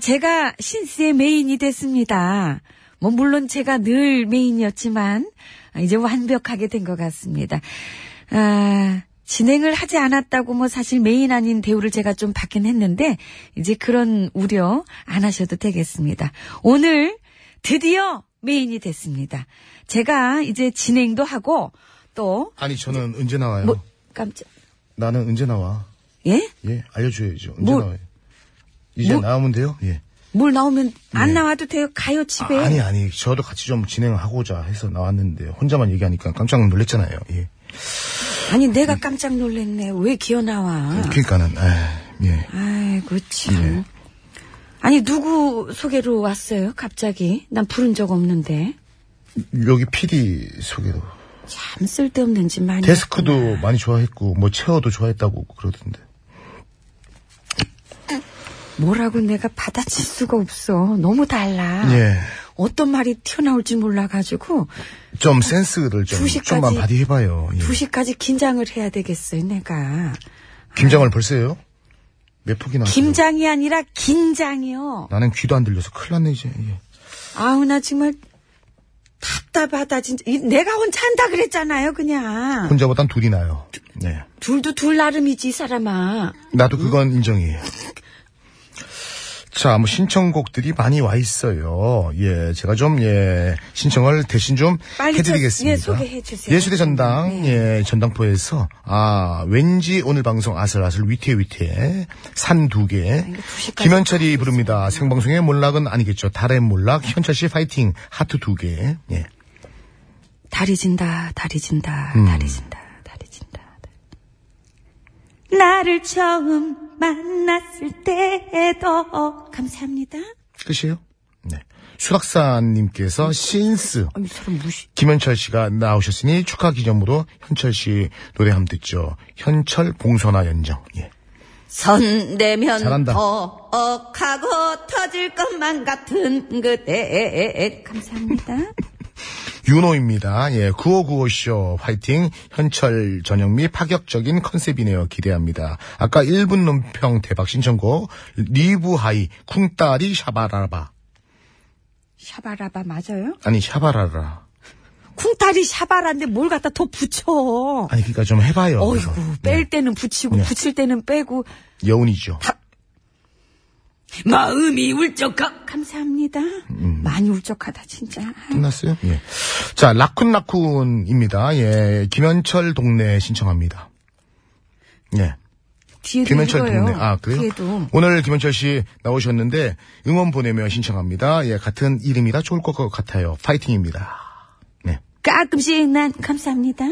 S7: 제가 신스의 메인이 됐습니다. 뭐 물론 제가 늘 메인이었지만 이제 완벽하게 된 것 같습니다. 아, 진행을 하지 않았다고 뭐 사실 메인 아닌 대우를 제가 좀 받긴 했는데 이제 그런 우려 안 하셔도 되겠습니다. 오늘 드디어 메인이 됐습니다. 제가 이제 진행도 하고 또뭐
S1: 아니, 저는 언제 나와요?
S2: 뭐, 깜짝.
S1: 나는 언제 나와?
S7: 예?
S1: 예, 알려줘야죠. 언제
S7: 뭐-
S1: 나와요? 이제
S7: 뭐-
S1: 나오면 돼요? 예.
S7: 뭘 나오면 안 나와도 돼요. 가요 집에.
S1: 네. 아, 니 아니. 저도 같이 좀 진행하고자 해서 나왔는데, 혼자만 얘기하니까 깜짝 놀랐잖아요. 예.
S7: 아니, 내가 깜짝 놀랐네. 왜 기어 나와?
S1: 네. 그니까는, 네. 에 예.
S7: 아이고 참. 아니 누구 소개로 왔어요? 갑자기 난 부른 적 없는데
S1: 여기 PD 소개로.
S7: 참 쓸데없는 짓 많이.
S1: 데스크도 많이 좋아했고, 뭐, 체어도 좋아했다고 그러던데.
S7: 뭐라고 내가 받아칠 수가 없어. 너무 달라.
S1: 예.
S7: 어떤 말이 튀어나올지 몰라가지고
S1: 좀 센스를 좀,
S7: 두 시까지-
S1: 좀만 발휘해봐요. 예.
S7: 2시까지 긴장을 해야 되겠어요. 내가
S1: 김장을 벌써 해요? 몇 폭이나? 하세요?
S7: 김장이 아니라 긴장이요.
S1: 나는 귀도 안 들려서 큰일 났네, 이제. 예.
S7: 아우 나 정말 답답하다 진짜. 이- 내가 혼자 한다 그랬잖아요. 그냥
S1: 혼자보단 둘이 나요. 네.
S7: 둘도 둘 나름이지 이 사람아.
S1: 나도 그건 인정이에요. 자, 뭐 신청곡들이 많이 와 있어요. 예, 제가 좀 예, 신청을 대신 좀
S7: 빨리
S1: 해드리겠습니다.
S7: 저- 예, 소개해 주세요. 네.
S1: 예술의 전당, 예, 전당포에서 아 왠지 오늘 방송 아슬아슬 위태 위태 산 두
S7: 아,
S1: 개. 김현철이 부릅니다. 생방송의 몰락은 아니겠죠. 달의 몰락, 현철 씨 파이팅, 하트 두 개. 예.
S7: 다리 진다, 다리 진다, 다리 진다, 다리 진다. 나를 처음 만났을 때에도 감사합니다.
S1: 끝이에요? 네. 수락사님께서 신스.
S7: 이 사람 무시.
S1: 김현철 씨가 나오셨으니 축하 기념으로 현철 씨 노래 함 듣죠. 현철 봉선화 연정. 예.
S7: 선대면
S1: 잘한다.
S7: 더억하고 터질 것만 같은 그대. 감사합니다.
S1: 윤호입니다. 예. 9595쇼 화이팅. 현철 전영미 파격적인 컨셉이네요. 기대합니다. 아까 1분 논평 대박 신청곡 리브하이 쿵따리 샤바라바.
S7: 샤바라바 맞아요?
S1: 아니 샤바라라.
S7: 쿵따리 샤바라인데 뭘 갖다 더 붙여.
S1: 아니 그러니까 좀 해봐요.
S7: 어이구,
S1: 그래서.
S7: 뺄 때는 붙이고, 붙일 때는 빼고.
S1: 네. 여운이죠.
S7: 마음이 울적하. 감사합니다.
S1: 음.
S7: 많이 울적하다, 진짜.
S1: 끝났어요? 예. 자 라쿤라쿤입니다. 예. 김현철 동네 신청합니다. 예.
S7: 뒤에도
S1: 김현철
S7: 읽어요.
S1: 동네. 아, 그래요?
S7: 뒤에도.
S1: 오늘 김현철 씨 나오셨는데 응원 보내며 신청합니다. 예, 같은 이름이라 좋을 것 같아요. 파이팅입니다. 네.
S7: 가끔씩 난 감사합니다.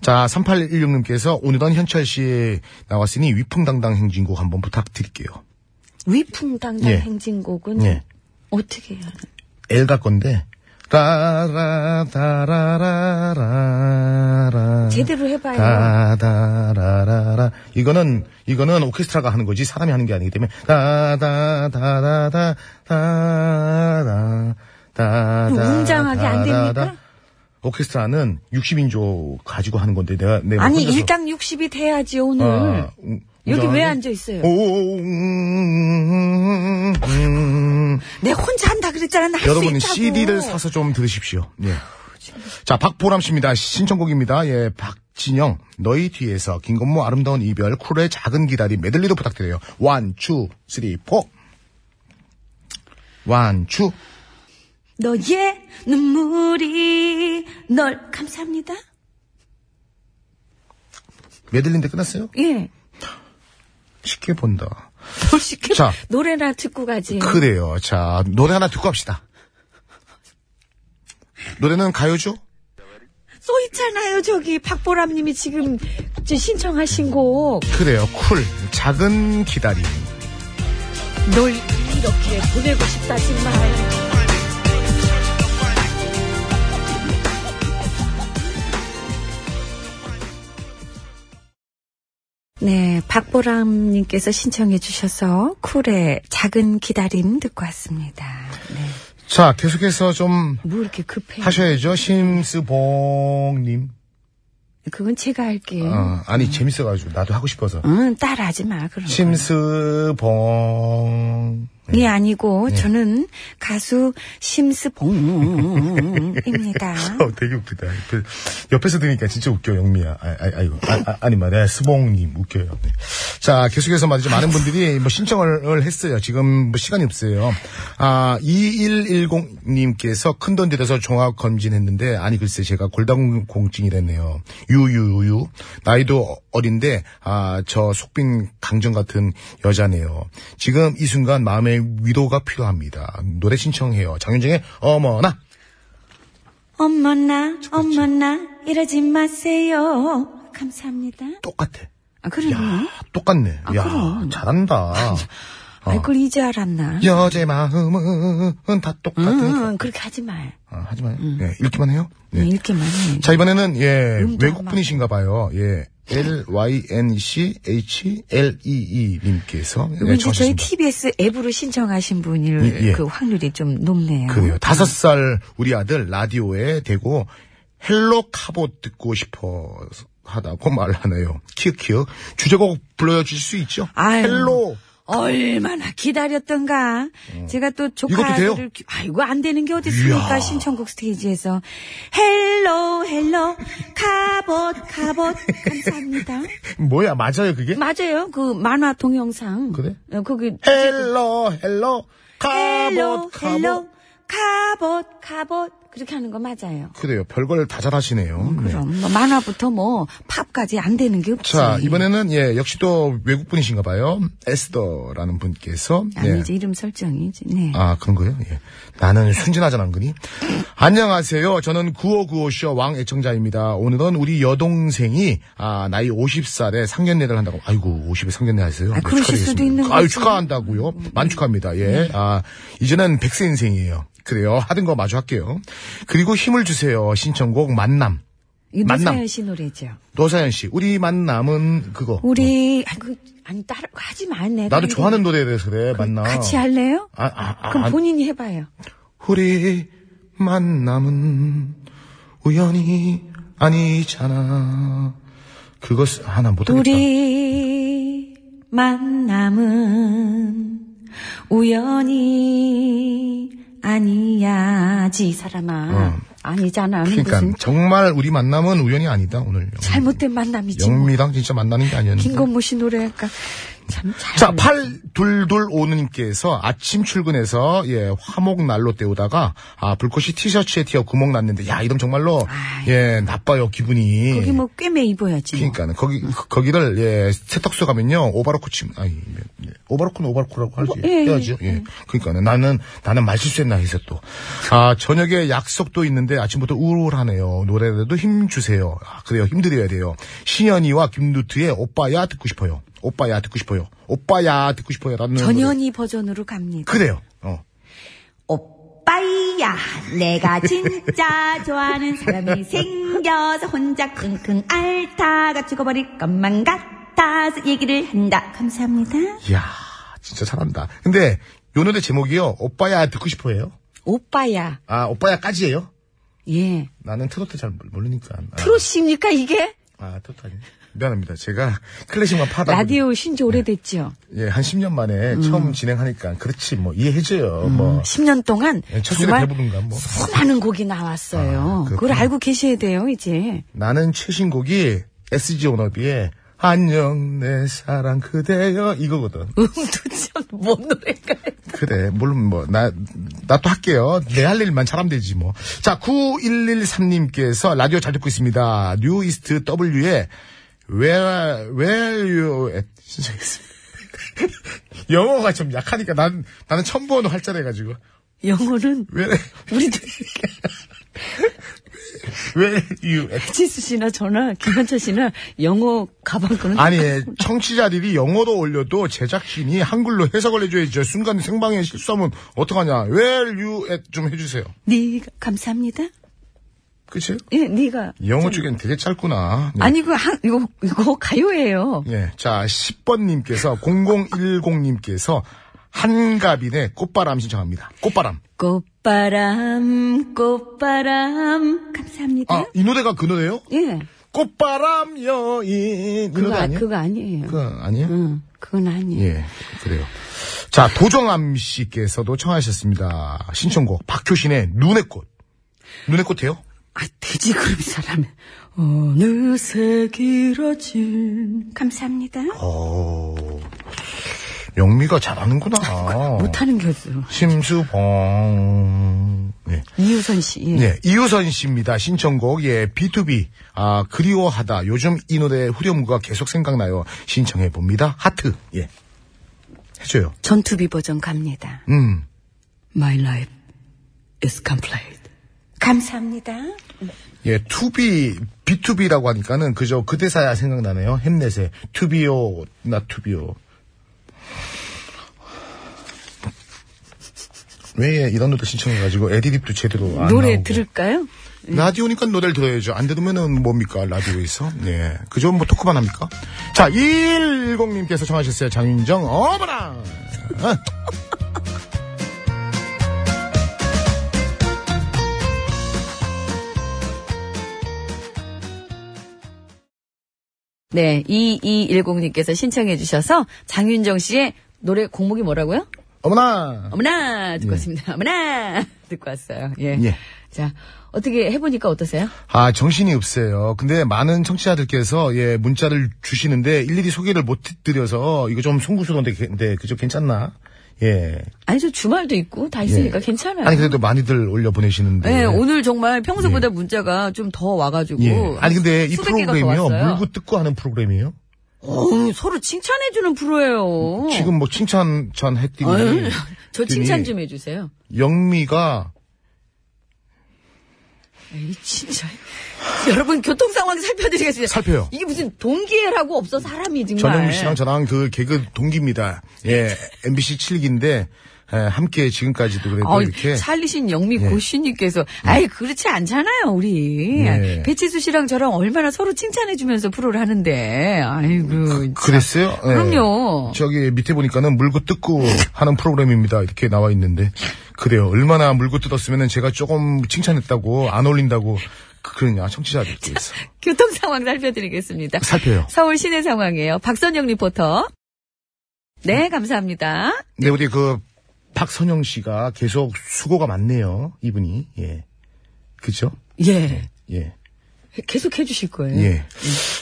S1: 자, 3816님께서 오늘은 현철 씨 나왔으니 위풍당당 행진곡 한번 부탁드릴게요.
S7: 위풍당당
S1: 예.
S7: 행진곡은
S1: 예.
S7: 어떻게 해요?
S1: 엘가 건데. 라라다라라라
S7: 제대로 해봐요.
S1: 다다라라라 이거는 이거는 오케스트라가 하는 거지 사람이 하는 게 아니기 때문에 다다다다다 다다 다다
S7: 웅장하게 안 됩니까?
S1: 다다다. 오케스트라는 60인조 가지고 하는 건데 내가 내가
S7: 아니,
S1: 혼자서-
S7: 일당 60이 돼야지, 오늘.
S1: 아, 웅-
S7: 여기 왜
S1: 웅장하게?
S7: 앉아 있어요?
S1: 오, 음, 음.
S7: 내가 혼자 한다 그랬잖아. 나할수
S1: 여러분은
S7: 있다고.
S1: CD를 사서 좀 들으십시오. 예. 자, 박보람 씨입니다. 신청곡입니다. 예, 박진영, 너희 뒤에서 김건모 아름다운 이별, 쿨의 작은 기다림 메들리도 부탁드려요. 원, 투, 쓰리, 포. 원, 투.
S7: 너의 눈물이 널 감사합니다.
S1: 메들린데 끝났어요?
S7: 예.
S1: 쉽게 본다.
S7: 뭘 시켜.
S1: 자.
S7: 노래나 듣고 가지.
S1: 그래요. 자, 노래 하나 듣고 합시다. 노래는 가요죠?
S7: 써 있잖아요, 저기. 박보람님이 지금 저 신청하신 곡.
S1: 그래요. 쿨, 작은 기다림.
S7: 널 이렇게 보내고 싶다, 정말. 네, 박보람님께서 신청해 주셔서 쿨의 작은 기다림 듣고 왔습니다. 네,
S1: 자, 계속해서 좀
S7: 뭐 이렇게 급해?
S1: 하셔야죠. 심스봉님.
S7: 그건 제가 할게요.
S1: 어, 아니 재밌어가지고 나도 하고 싶어서
S7: 응, 따라하지 마, 그럼.
S1: 심스봉
S7: 이 예,
S1: 예.
S7: 아니고 저는 가수 심스봉입니다.
S1: 어, 되게 웃기다. 옆에, 옆에서 들으니까 진짜 웃겨, 영미야. 아, 아, 아이고. 아, 아, 니 말이야. 스봉님, 웃겨요. 네. 자, 계속해서 말이죠. 많은 분들이 뭐 신청을 했어요. 지금 뭐 시간이 없어요. 아, 2110님께서 큰 돈 들여서 종합 검진했는데, 아니, 글쎄, 제가 골다공증이랬네요. 유유유. 나이도 어린데, 아, 저 속빈 강정 같은 여자네요. 지금 이 순간 마음의 위로가 필요합니다. 노래 신청해요. 장윤정의 어머나!
S7: 어머나,
S1: 그렇죠.
S7: 어머나, 이러지 마세요. 감사합니다.
S1: 똑같아.
S7: 아, 그러네.
S1: 야, 똑같네. 야, 잘한다. 어.
S7: 아, 이걸 이제 알았나?
S1: 여제 마음은 다 똑같은.
S7: 응, 그렇게 하지 말.
S1: 아, 하지 마요. 예, 이렇게만 해요. 예.
S7: 응, 이렇게만 해.
S1: 자, 이번에는, 예,
S7: 음. 음도 안
S1: 외국분이신가 봐요. 예. LYNCHLEE님께서. E 예,
S7: 왠지 저희
S1: 저셨습니다.
S7: TBS 앱으로 신청하신 분일
S1: 예, 예.
S7: 그 확률이 좀 높네요.
S1: 그래요. 다섯 살 우리 아들 라디오에 대고 헬로 카봇 듣고 싶어 하다고 말하네요. 키읔키읔. 주제곡 불러주실 수 있죠?
S7: 아유.
S1: 헬로.
S7: 얼마나 기다렸던가. 제가 또
S1: 어. 이것도 돼요?
S7: 조카들을 기- 아이고 안 되는 게 어디 있습니까?
S1: 이야.
S7: 신청곡 스테이지에서 헬로 헬로 카봇 카봇 감사합니다.
S1: 뭐야, 맞아요, 그게?
S7: 맞아요. 그 만화 동영상.
S1: 그래?
S7: 어, 거기
S1: 헬로 헬로 카봇
S7: 헬로 헬로
S1: 카봇
S7: 카봇 카봇 그렇게 하는 거 맞아요.
S1: 그래요 별걸 다 잘하시네요 네.
S7: 그럼 뭐 만화부터 뭐 팝까지 안 되는 게 없지.
S1: 자 이번에는 예 역시 또 외국분이신가 봐요 에스더라는 분께서 예.
S7: 아니지 이름 설정이지. 네.
S1: 아 그런 거예요 예. 나는 순진하잖아 은근히 안녕하세요 저는 9595쇼 왕 애청자입니다 오늘은 우리 여동생이 아 나이 50살에 상견례를 한다고 아이고 50에 상견례 하세요 뭐
S7: 아, 그러실 수도
S1: 축하드리겠습니다.
S7: 있는
S1: 아유
S7: 거지. 네.
S1: 축하한다고요 만축합니다 예아 이제는 100세 인생이에요 그래요 하던 거 마주 할게요 그리고 힘을 주세요 신청곡 만남
S7: 이게
S1: 만남.
S7: 노사연 씨 노래죠.
S1: 노사연 씨, 우리 만남은 그거.
S7: 우리 아이고 아니 따라 하지 마 내가
S1: 나도
S7: 이거
S1: 좋아하는 노래라서 그래, 만남.
S7: 같이 할래요?
S1: 아, 어. 아, 아,
S7: 그럼
S1: 안-
S7: 본인이 해봐요.
S1: 우리 만남은 우연이 아니잖아. 그것, 아, 나 못하겠다.
S7: 우리 만남은 우연이 아니야지 이 사람아
S1: 어.
S7: 아니잖아
S1: 그러니까,
S7: 무슨
S1: 정말 우리 만남은 우연이 아니다, 오늘.
S7: 잘못된 만남이지. 뭐.
S1: 영미랑 진짜 만나는 게 아니었는데.
S7: 김건모 씨 노래니까 참 잘.
S1: 자, 8225님께서 아침 출근해서, 예, 화목 난로 때우다가, 아, 불꽃이 티셔츠에 튀어 구멍 났는데, 야, 이러면 정말로,
S7: 아이.
S1: 예, 나빠요, 기분이.
S7: 거기 뭐 꿰매 입어야지. 뭐.
S1: 그러니까 는 거기 그- 거기를 예 세탁소 가면요 오바로코 침 아니 예, 오바로코는 오바로코라고 하지
S7: 예, 예,
S1: 해야죠 예, 그러니까 나는 나는 말실수했나 해서 또아 저녁에 약속도 있는데 아침부터 우울하네요 노래라도 힘 주세요 아, 그래요 힘들어야 돼요 신현이와 김누트의 오빠야 듣고 싶어요 오빠야 듣고 싶어요 오빠야 듣고 싶어요라는 노래.
S7: 전현희 버전으로 갑니다.
S1: 그래요 어
S7: 오빠야, 내가 진짜 좋아하는 사람이 생겨서 혼자 끙끙 앓다가 죽어버릴 것만 같아서 얘기를 한다. 감사합니다.
S1: 이야 진짜 잘한다 근데 요 노래 제목이요 오빠야 듣고 싶어요아 아,
S7: 오빠야,
S1: 오빠야까지예요
S7: 예.
S1: 나는 트로트 잘 모르니까 아.
S7: 트롯입니까, 이게?
S1: 아, 토탈이. 미안합니다. 제가 클래식만 파다.
S7: 라디오 신지 오래됐죠?
S1: 보니- 예, 한 10년 만에 처음 진행하니까 그렇지 뭐 이해해줘요. 뭐
S7: 10년 동안
S1: 예, 첫 줄에
S7: 정말
S1: 배부른가 뭐.
S7: 수많은 곡이 나왔어요.
S1: 아,
S7: 그걸
S1: 그렇구나.
S7: 알고 계셔야 돼요, 이제.
S1: 나는 최신곡이 SG 온업이의 안녕 내 사랑 그대여 이거거든.
S7: 음, 도대체 뭔 노래가.
S1: 그래 물론 뭐 나 나 또 할게요. 내 할 일만 잘하면 되지 뭐. 자 9113님께서 라디오 잘 듣고 있습니다. 뉴 이스트 W의 Where Where You at 신청했습니다. 영어가 좀 약하니까 난 나는 첨부번호 활자래 가지고.
S7: 영어는
S1: 왜, 우리도. 왜, 유,
S7: 지수 씨나 저나 김현철 씨나 영어 가방끈은
S1: 아니, 청취자들이 영어로 올려도 제작진이 한글로 해석을 해줘야죠. 순간 생방에 실수하면 어떡하냐. Where you at 좀 해주세요.
S7: 네가 감사합니다.
S1: 그치?
S7: 예, 네가
S1: 영어 쪽엔 되게 짧구나. 네.
S7: 아니, 그, 한, 이거, 이거 가요예요.
S1: 예. 자, 10번님께서, 0010님께서, 한가빈의 꽃바람 신청합니다. 꽃바람.
S7: 꽃바람, 꽃바람. 감사합니다.
S1: 아, 이 노래가 그 노래요?
S7: 예.
S1: 꽃바람 여인. 이
S7: 그거,
S1: 노래
S7: 아-
S1: 아니에요?
S7: 그거 아니에요.
S1: 그거 아니에요?
S7: 응, 그건 아니에요.
S1: 예, 그래요. 자, 도정암 씨께서도 청하셨습니다. 신청곡 박효신의 눈의 꽃. 눈의 꽃이요?
S7: 아, 돼지 그룹 사람. 어느새 길어진. 감사합니다.
S1: 영미가 잘하는구나.
S7: 못하는 게 없어요.
S1: 심수봉. 네.
S7: 이유선 씨. 예.
S1: 네, 이유선 씨입니다. 신청곡, 예, B2B. 아, 그리워하다. 요즘 이 노래 후렴구가 계속 생각나요. 신청해봅니다. 하트. 예. 해줘요.
S7: 전투비 버전 갑니다.
S1: 음.
S7: My life is complete. 감사합니다.
S1: 예, 투비, B2B라고 하니까는 그저 그 대사야 생각나네요. 햄넷의 투비오, 나 투비오. 왜 이런 노래 신청해가지고 애드립도 제대로 안
S7: 노래
S1: 아, 나오고.
S7: 들을까요? 네.
S1: 라디오니까 노래를 들어야죠. 안 들으면은 뭡니까? 라디오에서. 네. 그죠? 뭐 토크만 합니까? 자, 110님께서 청하셨어요. 장윤정, 어머나!
S7: 네, 2210님께서 신청해 주셔서 장윤정 씨의 노래 곡목이 뭐라고요?
S1: 어머나!
S7: 어머나 듣고 왔습니다. 어머나 듣고 왔어요. 예.
S1: 네. 예.
S7: 자, 어떻게 해보니까 어떠세요?
S1: 아, 정신이 없어요. 근데 많은 청취자들께서, 예, 문자를 주시는데 일일이 소개를 못 드려서 이거 좀 송구스러운데, 게- 근데 그저 괜찮나? 예.
S7: 아니, 저 주말도 있고 다 있으니까 괜찮아요.
S1: 아니, 그래도 많이들 올려 보내시는데.
S7: 예, 오늘 정말 평소보다 문자가 좀 더 와가지고.
S1: 예. 아니, 근데 이
S7: 수백 개가 더
S1: 프로그램이요.
S7: 왔어요.
S1: 물고 뜯고 하는 프로그램이에요.
S7: 어우, 서로 칭찬해주는 프로예요.
S1: 지금 예. 뭐 칭찬, 찬 했더니.
S7: 아유, 저 칭찬
S1: 했더니
S7: 좀 해주세요.
S1: 영미가
S7: 이 진짜. 여러분, 교통 상황 살펴드리겠습니다.
S1: 살펴요.
S7: 이게 무슨 동기애라고 없어, 사람이 정말.
S1: 전영미 씨랑 저랑 그 개그 동기입니다. 예, MBC 7기인데 예, 함께 지금까지도 그래도
S7: 어,
S1: 이렇게
S7: 살리신 영미 고시님께서, 아이, 그렇지 않잖아요, 우리.
S1: 예.
S7: 배치수 씨랑 저랑 얼마나 서로 칭찬해주면서 프로를 하는데, 아이고.
S1: 그랬어요? 예.
S7: 그럼요.
S1: 저기 밑에 보니까는 물고 뜯고 하는 프로그램입니다. 이렇게 나와 있는데 그래요. 얼마나 물고 뜯었으면은 제가 조금 칭찬했다고 안 어울린다고 그- 그러냐 청취자들께서
S7: 교통 상황 살펴드리겠습니다.
S1: 살펴요.
S7: 서울 시내 상황이에요. 박선영 리포터. 네, 감사합니다.
S1: 네, 우리 그 박선영 씨가 계속 수고가 많네요. 이분이 예, 그죠?
S7: 예.
S1: 예.
S7: 계속 해주실 거예요.
S1: 예.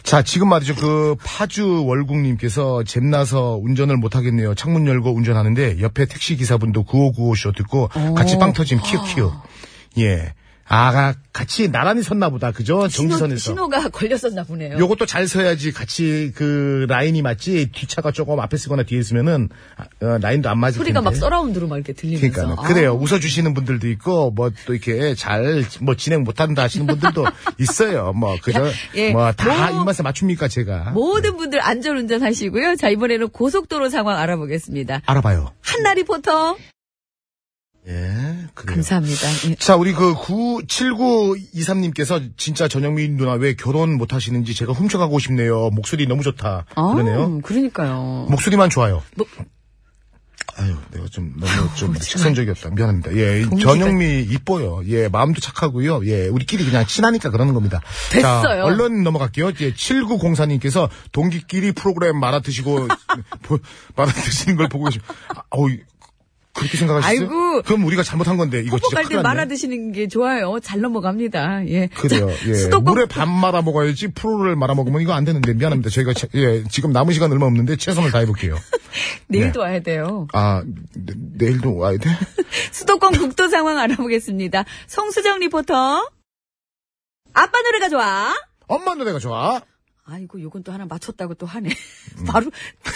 S1: 자, 지금 말이죠. 그 파주 월국님께서 잼나서 운전을 못하겠네요. 창문 열고 운전하는데 옆에 택시 기사분도 9595쇼 듣고 같이 빵 터짐 키읔키읔. 예. 아, 같이 나란히 섰나 보다. 그죠? 정지선에서.
S7: 신호, 가 걸렸었나 보네요.
S1: 요것도 잘 서야지 같이 그 라인이 맞지 뒷차가 조금 앞에 쓰거나 뒤에 있으면은 어, 라인도 안 맞을 텐데.
S7: 소리가 막 서라운드로 막 이렇게 들리면서.
S1: 그러니까 요
S7: 아,
S1: 그래요. 웃어주시는 분들도 있고 뭐 또 이렇게 잘 뭐 진행 못한다 하시는 분들도 있어요. 뭐 그저
S7: 예.
S1: 뭐 다
S7: 뭐-
S1: 입맛에 맞춥니까 제가
S7: 모든 분들 안전운전 하시고요. 자, 이번에는 고속도로 상황 알아보겠습니다.
S1: 알아봐요.
S7: 한나 리포터.
S1: 예, 그래요.
S7: 감사합니다. 예.
S1: 자, 우리 그 97923님께서 진짜 전영민 누나 왜 결혼 못 하시는지 제가 훔쳐가고 싶네요. 목소리 너무 좋다.
S7: 아,
S1: 그러네요.
S7: 그러니까요.
S1: 목소리만 좋아요.
S7: 목-
S1: 아유, 내가 좀 너무 좀 직선적이었다. 미안합니다. 예, 이
S7: 동지가-
S1: 전영미 이뻐요. 예, 마음도 착하고요. 예, 우리끼리 그냥 친하니까 그러는 겁니다. 자,
S7: 됐어요.
S1: 얼른 넘어갈게요. 예, 7904님께서 동기끼리 프로그램 말아 드시고 보- 말아 드시는 걸 보고 계시. 아, 어우, 그렇게 생각하시죠?
S7: 아이고.
S1: 그럼 우리가 잘못한 건데 이거 진짜
S7: 꼭갈
S1: 큰일
S7: 때
S1: 났네.
S7: 뭐, 말아 드시는 게 좋아요. 잘 넘어갑니다. 예.
S1: 그래요.
S7: 자,
S1: 예.
S7: 수도권
S1: 물에 밥 말아 먹어야지 프로를 말아 먹으면 이거 안 되는데 미안합니다. 저희가 제- 예, 지금 남은 시간 얼마 없는데 최선을 다해 볼게요. 네.
S7: 내일도 와야 돼요.
S1: 아, 내, 내일도 와야 돼?
S7: 수도권 국도 상황 알아보겠습니다. 송수정 리포터. 아빠 노래가 좋아.
S1: 엄마 노래가 좋아.
S7: 아이고, 요건 또 하나 맞췄다고 또 하네.
S1: 음.
S7: 바로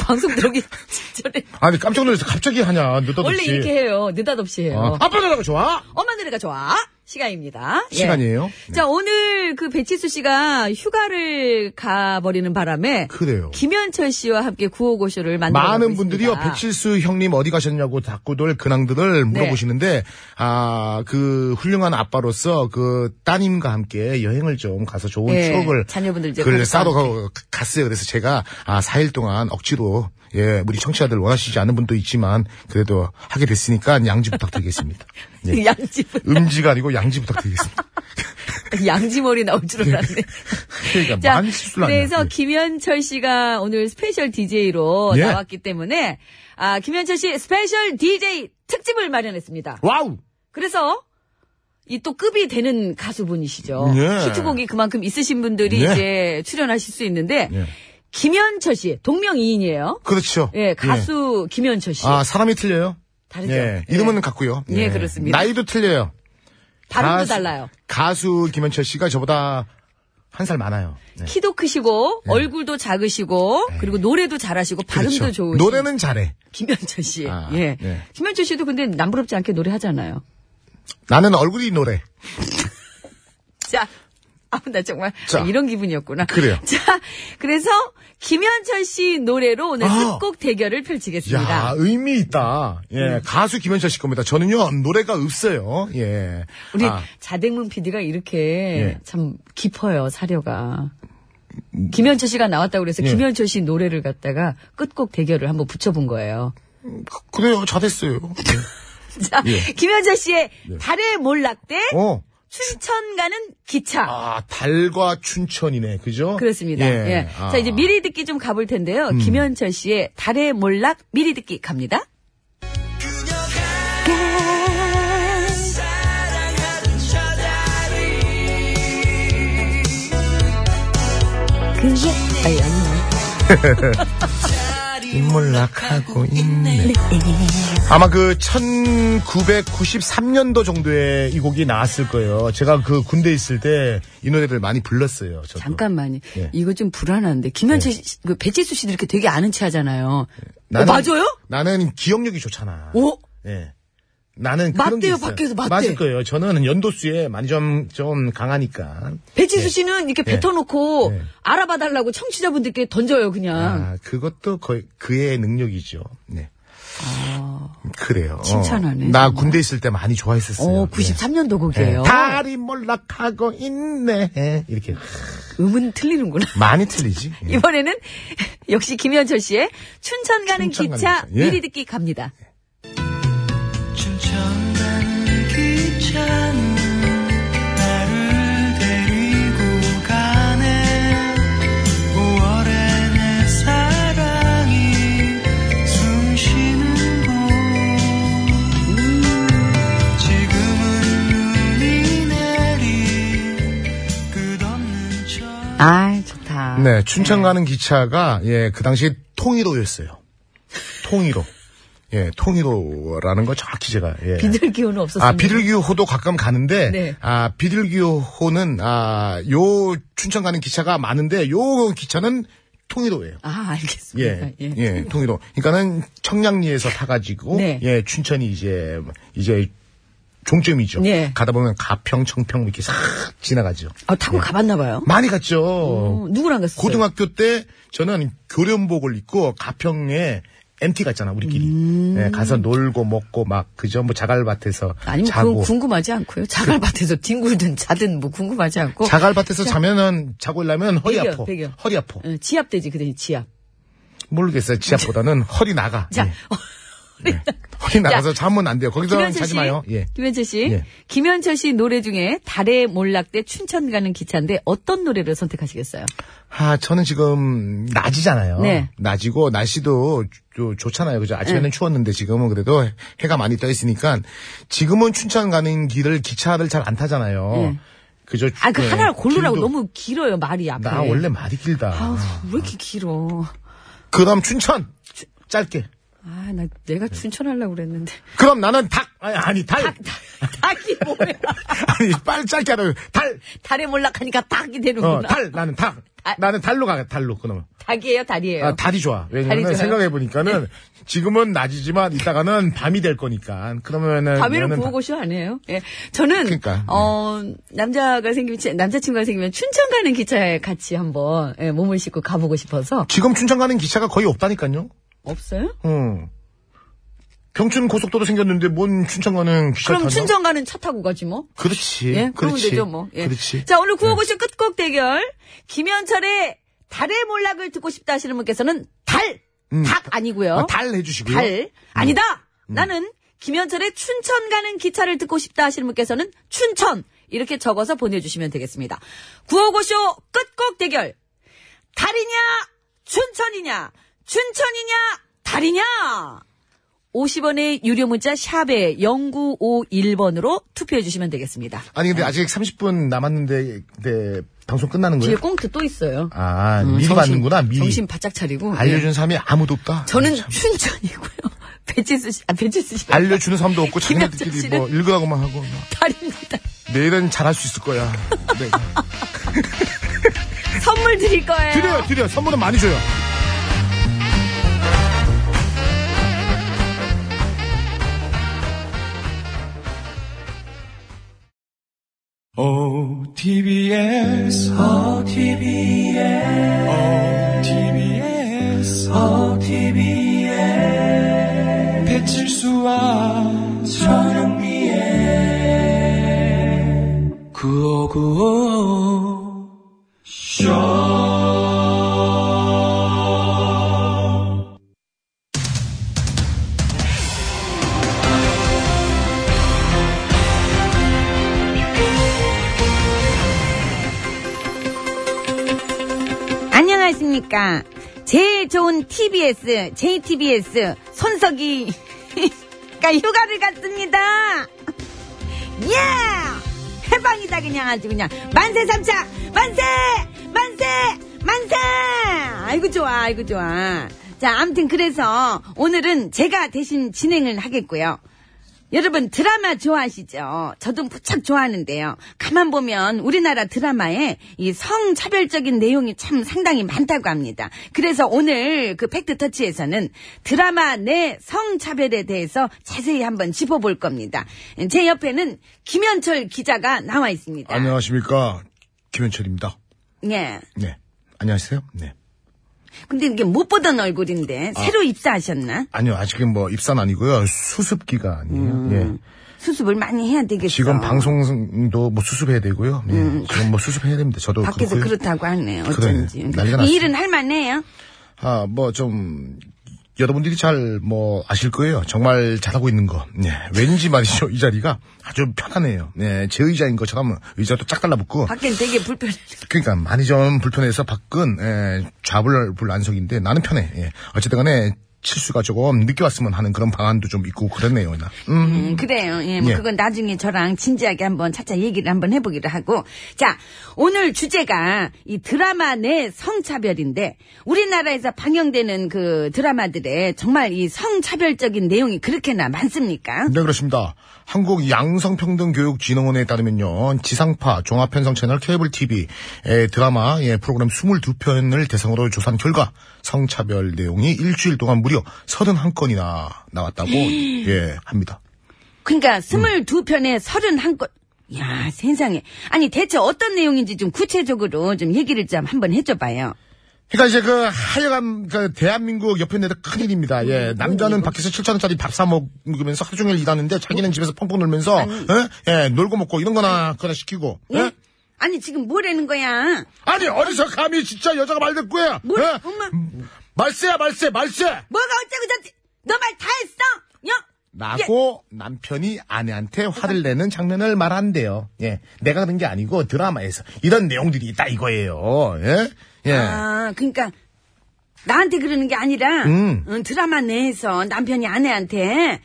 S7: 방송 들어기 직전에.
S1: 아니 깜짝 놀라서 갑자기 하냐? 느닷없이.
S7: 원래 이렇게 해요. 느닷없이 해요.
S1: 아, 아빠 노래가 좋아.
S7: 엄마 노래가 좋아. 시간입니다. 예.
S1: 시간이에요. 네.
S7: 자, 오늘 그 배치수 씨가 휴가를 가버리는 바람에.
S1: 그래요.
S7: 김현철 씨와 함께 구호고쇼를 만들어
S1: 많은 분들이요 배칠수 형님 어디 가셨냐고 자꾸들
S7: 네.
S1: 근황들을 물어보시는데 아 그 훌륭한 아빠로서 그 따님과 함께 여행을 좀 가서 좋은
S7: 예,
S1: 추억을
S7: 자녀분들 이제
S1: 그걸
S7: 가족과
S1: 싸러 가- 갔어요. 그래서 제가 아 4일 동안 억지로 예 우리 청취자들 원하시지 않는 분도 있지만 그래도 하게 됐으니까 양지 부탁드리겠습니다. 예.
S7: 양지
S1: 음지가 아니고 양지 부탁드리겠습니다.
S7: 양지머리 나올 줄 알았네.
S1: 그러니까
S7: 자,
S1: 많이 실수를 안 해요.
S7: 그래서
S1: 예.
S7: 김현철 씨가 오늘 스페셜 DJ로
S1: 예.
S7: 나왔기 때문에 아, 김현철 씨 스페셜 DJ 특집을 마련했습니다.
S1: 와우!
S7: 그래서 이 또 급이 되는 가수분이시죠.
S1: 예.
S7: 히트곡이 그만큼 있으신 분들이
S1: 예.
S7: 이제 출연하실 수 있는데
S1: 예.
S7: 김현철 씨 동명이인이에요.
S1: 그렇죠.
S7: 예, 가수 김현철 씨.
S1: 아, 사람이 틀려요?
S7: 다르죠.
S1: 예, 이름은 같고요.
S7: 예, 그렇습니다.
S1: 나이도 틀려요.
S7: 발음도
S1: 가수-
S7: 달라요.
S1: 가수 김현철 씨가 저보다 한 살 많아요. 네.
S7: 키도 크시고 얼굴도 작으시고 그리고 노래도 잘하시고 발음도
S1: 예. 그렇죠.
S7: 좋으시고
S1: 노래는 잘해.
S7: 김현철 씨.
S1: 아,
S7: 예.
S1: 네.
S7: 김현철 씨도 근데 남부럽지 않게 노래하잖아요.
S1: 나는 얼굴이 노래.
S7: 자. 아, 나 정말
S1: 자.
S7: 아, 이런 기분이었구나.
S1: 그래요.
S7: 자, 그래서 김현철 씨 노래로 오늘
S1: 아.
S7: 끝곡 대결을 펼치겠습니다. 음.
S1: 야, 의미 있다. 예, 가수 김현철 씨 겁니다. 저는요, 노래가 없어요. 예.
S7: 우리
S1: 아,
S7: 자댕문 PD가 이렇게
S1: 예.
S7: 참 깊어요, 사료가. 김현철 씨가 나왔다고 그래서
S1: 음. 예.
S7: 김현철 씨 노래를 갖다가 끝곡 대결을 한번 붙여본 거예요.
S1: 그- 그래요. 잘했어요. 예. 네.
S7: 자, 김현철 씨의 달의 몰락대
S1: 어.
S7: 춘천 가는 기차.
S1: 아, 달과 춘천이네. 그죠?
S7: 그렇습니다. 예.
S1: 아. 음.
S7: 자, 이제 미리 듣기 좀 가볼 텐데요. 김현철 씨의 달의 몰락 미리 듣기 갑니다.
S1: 인몰락하고 있네. 아마 그 1993년도 정도에 이 곡이 나왔을 거예요. 제가 그 군대 있을 때 이 노래를 많이 불렀어요. 저도.
S7: 잠깐만요.
S1: 예.
S7: 이거 좀 불안한데. 김현철 씨, 그 배치수 씨도 이렇게 되게 아는 체 하잖아요.
S1: 예. 나는-
S7: 어, 맞아요?
S1: 나는 기억력이 좋잖아.
S7: 오?
S1: 예. 나는
S7: 맞대요,
S1: 그런 게 있어요.
S7: 밖에서 맞대.
S1: 맞을 거예요. 저는 연도수에 많이 좀, 좀 강하니까.
S7: 배치수 씨는 이렇게 뱉어놓고
S1: 예.
S7: 알아봐달라고 청취자분들께 던져요, 그냥.
S1: 아, 그것도 거의 그의 능력이죠. 네. 그래요. 어,
S7: 칭찬하네,
S1: 나
S7: 정말.
S1: 군대 있을 때 많이 좋아했었어요. 예.
S7: 어, 93년도 곡이에요.
S1: 달이 몰락하고 있네. 이렇게
S7: 음은 틀리는구나.
S1: 많이 틀리지. 예.
S7: 이번에는 역시 김현철 씨의 춘천 가는
S1: 춘천 가는
S7: 기차
S1: 기차. 예.
S7: 미리 듣기 갑니다. 아, 좋다.
S1: 네, 춘천 가는 기차가 예, 그 당시 통일호였어요. 통일호. 예, 통일호라는 거 정확히 제가 예.
S7: 비둘기호는 없었습니다.
S1: 아, 비둘기호도 가끔 가는데,
S7: 네.
S1: 아, 비둘기호는, 아, 요, 춘천 가는 기차가 많은데, 요 기차는 통일호예요.
S7: 아, 알겠습니다.
S1: 예, 예, 통일호. 그러니까는 청량리에서 타가지고,
S7: 네.
S1: 예, 춘천이 이제, 이제 종점이죠.
S7: 예.
S1: 가다 보면 가평, 청평 이렇게 싹 지나가죠.
S7: 아, 타고 가봤나 봐요.
S1: 많이 갔죠.
S7: 어, 누구랑 갔어요?
S1: 예. 뭐, 고등학교 때 저는 교련복을 입고 가평에 MT 갔잖아 우리끼리 예, 가서 놀고 먹고 막 그저 뭐 자갈밭에서
S7: 음. 아니면
S1: 자고 그
S7: 그건 궁금하지 않고요. 자갈밭에서 뒹굴든 자든 뭐 궁금하지 않고.
S1: 자갈밭에서 자면은 자고 일라면 허리
S7: 배겨,
S1: 아파
S7: 배겨.
S1: 허리 아파
S7: 어, 지압되지 그대니 지압.
S1: 모르겠어요 지압보다는 허리 나가
S7: 자,
S1: 예. 허리 나가서 자면 안 돼요 거기서
S7: 김현철
S1: 자지
S7: 씨,
S1: 마요 예.
S7: 김현철 씨,
S1: 예.
S7: 김현철 씨 노래 중에 달의 몰락대 춘천 가는 기차인데 어떤 노래를 선택하시겠어요?
S1: 아, 저는 지금 낮이잖아요.
S7: 네.
S1: 낮이고 날씨도 조- 좋잖아요. 그죠? 아침에는 추웠는데 지금은 그래도 해가 많이 떠 있으니까 지금은 춘천 가는 길을 기차를 잘 안 타잖아요.
S7: 네.
S1: 그죠?
S7: 아, 그
S1: 네,
S7: 하나를 고르라고
S1: 길도-
S7: 너무 길어요 말이 앞에.
S1: 나 원래 말이 길다.
S7: 아우, 왜 이렇게 길어?
S1: 그다음 춘천 짧게.
S7: 아, 나 내가
S1: 네.
S7: 춘천 하려고 그랬는데.
S1: 그럼 나는 닭 아니, 아니 달.
S7: 닭이 뭐야?
S1: 아니 빨리 짧게 하라. 달.
S7: 달에 몰락하니까 닭이 되는구나. 아.
S1: 어, 달 나는 닭.
S7: 달.
S1: 나는 달로 가. 달로 그놈.
S7: 닭이에요, 달이에요.
S1: 아, 달이 좋아.
S7: 달이
S1: 왜냐면
S7: 좋아요? 네.
S1: 생각해 보니까는 지금은 낮이지만 이따가는 밤이 될 거니까. 그러면은
S7: 밤에는
S1: 얘는 다-
S7: 구호고쇼 아, 안 해요. 예. 저는
S1: 그러니까,
S7: 어 남자가 생기면 치- 남자친구가 생기면 춘천 가는 기차에 같이 한번 예, 몸을 싣고 가보고 싶어서
S1: 지금 춘천 가는 기차가 거의 없다니까요.
S7: 없어요?
S1: 응. 경춘 고속도로 생겼는데 뭔 춘천 가는 기차
S7: 그럼
S1: 타나?
S7: 춘천 가는 차 타고 가지 뭐.
S1: 그렇지.
S7: 예, 그러면
S1: 그렇지.
S7: 되죠 뭐. 예.
S1: 그렇지. 네.
S7: 자 오늘 구호고쇼 끝곡 대결 김현철의 달의 몰락을 듣고 싶다 하시는 분께서는 달, 닭 아니고요.
S1: 아, 달 해주시고요.
S2: 음.
S7: 달. 아니다. 나는 김현철의 춘천 가는 기차를 듣고 싶다 하시는 분께서는 춘천.
S2: 이렇게 적어서 보내주시면 되겠습니다. 955쇼 끝곡 대결. 달이냐? 춘천이냐? 춘천이냐? 달이냐? 50원의 유료 문자 샵에 0951번으로 투표해 주시면 되겠습니다.
S1: 아니
S7: 네.
S1: 근데 아직 30분 남았는데 네, 방송 끝나는
S2: 뒤에
S1: 거예요?
S2: 꽁트 또 있어요.
S1: 아
S2: 음,
S1: 미리
S2: 정신-
S1: 받는구나 미리 아,
S2: 정신 바짝 차리고.
S1: 알려준 사람이 아무도 없다.
S2: 예. 저는
S1: 참.
S2: 춘천이고요. 배치수 씨, 아, 배치수 씨.
S1: 알려주는 사람도 없고 자기네들끼리
S2: 김현철
S1: 뭐 읽으라고만 하고 막.
S2: 달입니다.
S1: 내일은 잘할 수 있을 거야. 네.
S2: 선물 드릴 거예요.
S1: 드려요 드려 선물은 많이 줘요.
S4: 어, OTBS, OTBS, OTBS, OTBS. 배칠수와 저녁미의 구호구호.
S7: 안녕하십니까. 제일 좋은 TBS, JTBS, 손석이. 가 휴가를 갔습니다. 예! 해방이다, 그냥 아주 그냥. 만세 삼창! 만세! 만세! 만세! 아이고, 좋아, 아이고, 좋아. 자, 암튼 그래서 오늘은 제가 대신 진행을 하겠고요. 여러분 드라마 좋아하시죠? 저도 무척 좋아하는데요. 가만 보면 우리나라 드라마에 이 성차별적인 내용이 참 상당히 많다고 합니다. 그래서 오늘 그 팩트 터치에서는 드라마 내 성차별에 대해서 자세히 한번 짚어볼 겁니다. 제 옆에는 김현철 기자가 나와 있습니다.
S1: 안녕하십니까 김현철입니다.
S7: 예.
S1: 네 안녕하세요. 네
S7: 근데 이게 못 보던 얼굴인데
S1: 아.
S7: 새로 입사하셨나?
S1: 아니요 아직은 뭐 입사는 아니고요 수습 기간이에요.
S7: 음.
S1: 예.
S7: 수습을 많이 해야 되겠어.
S1: 지금 방송도 뭐 수습해야 되고요. 예, 지금 뭐 수습해야 됩니다. 저도
S7: 음. 밖에서
S1: 그렇고요.
S7: 그렇다고 하네요.
S1: 그래,
S7: 어쩐지.
S1: 난리가
S7: 이
S1: 났어요.
S7: 일은 할 만해요?
S1: 아, 뭐 좀, 여러분들이 잘 뭐 아실 거예요. 정말 잘하고 있는 거. 네. 왠지 말이죠. 이 자리가 아주 편하네요. 네. 제 의자인 것처럼 의자도 쫙 달라붙고.
S7: 밖엔 되게 불편해.
S1: 그러니까 많이 좀 불편해서 밖은 에, 좌불불안석인데 나는 편해. 예. 어쨌든 간에 실수가 조금 늦게 왔으면 하는 그런 방안도 좀 있고 그랬네요. 나. 음.
S7: 음, 그래요. 예, 뭐
S1: 예.
S7: 그건 나중에 저랑 진지하게 한번 차차 얘기를 한번 해보기로 하고. 자, 오늘 주제가 이 드라마 내 성차별인데, 우리나라에서 방영되는 그 드라마들에 정말 이 성차별적인 내용이 그렇게나 많습니까?
S1: 네, 그렇습니다. 한국 양성평등교육진흥원에 따르면요, 지상파 종합편성 채널 케이블 TV 의 드라마 예, 프로그램 22편을 대상으로 조사한 결과 성차별 내용이 일주일 동안 무려 31건이나 나왔다고 예, 합니다.
S7: 그러니까 22편에 31건. 야, 세상에. 아니, 대체 어떤 내용인지 좀 구체적으로 좀 얘기를 좀 한번 해줘봐요.
S1: 그러니까 이제 그 하여간 그 대한민국 옆에 내다 큰일입니다.
S7: 음,
S1: 예, 남자는 밖에서 7천 원짜리 밥 사 먹으면서 하루 종일 일하는데
S7: 음.
S1: 자기는 집에서 펑펑 놀면서 예? 예, 놀고 먹고 이런 거나 그거나 시키고
S7: 예?
S1: 예?
S7: 아니, 지금 뭐라는 거야?
S1: 아니 어디서 감히 진짜 여자가 말 듣고 해?
S7: 뭘,
S1: 예?
S7: 엄마.
S1: 음, 말세야 말세 말세.
S7: 뭐가 어쩌고저쩌고. 너 말 다 했어? 야!
S1: 라고
S7: 예.
S1: 남편이 아내한테 화를 내는 장면을 말한대요. 예, 내가 그런 게 아니고 드라마에서 이런 내용들이 있다 이거예요. 예, 예.
S7: 아, 그러니까 나한테 그러는 게 아니라
S1: 음.
S7: 어, 드라마 내에서 남편이 아내한테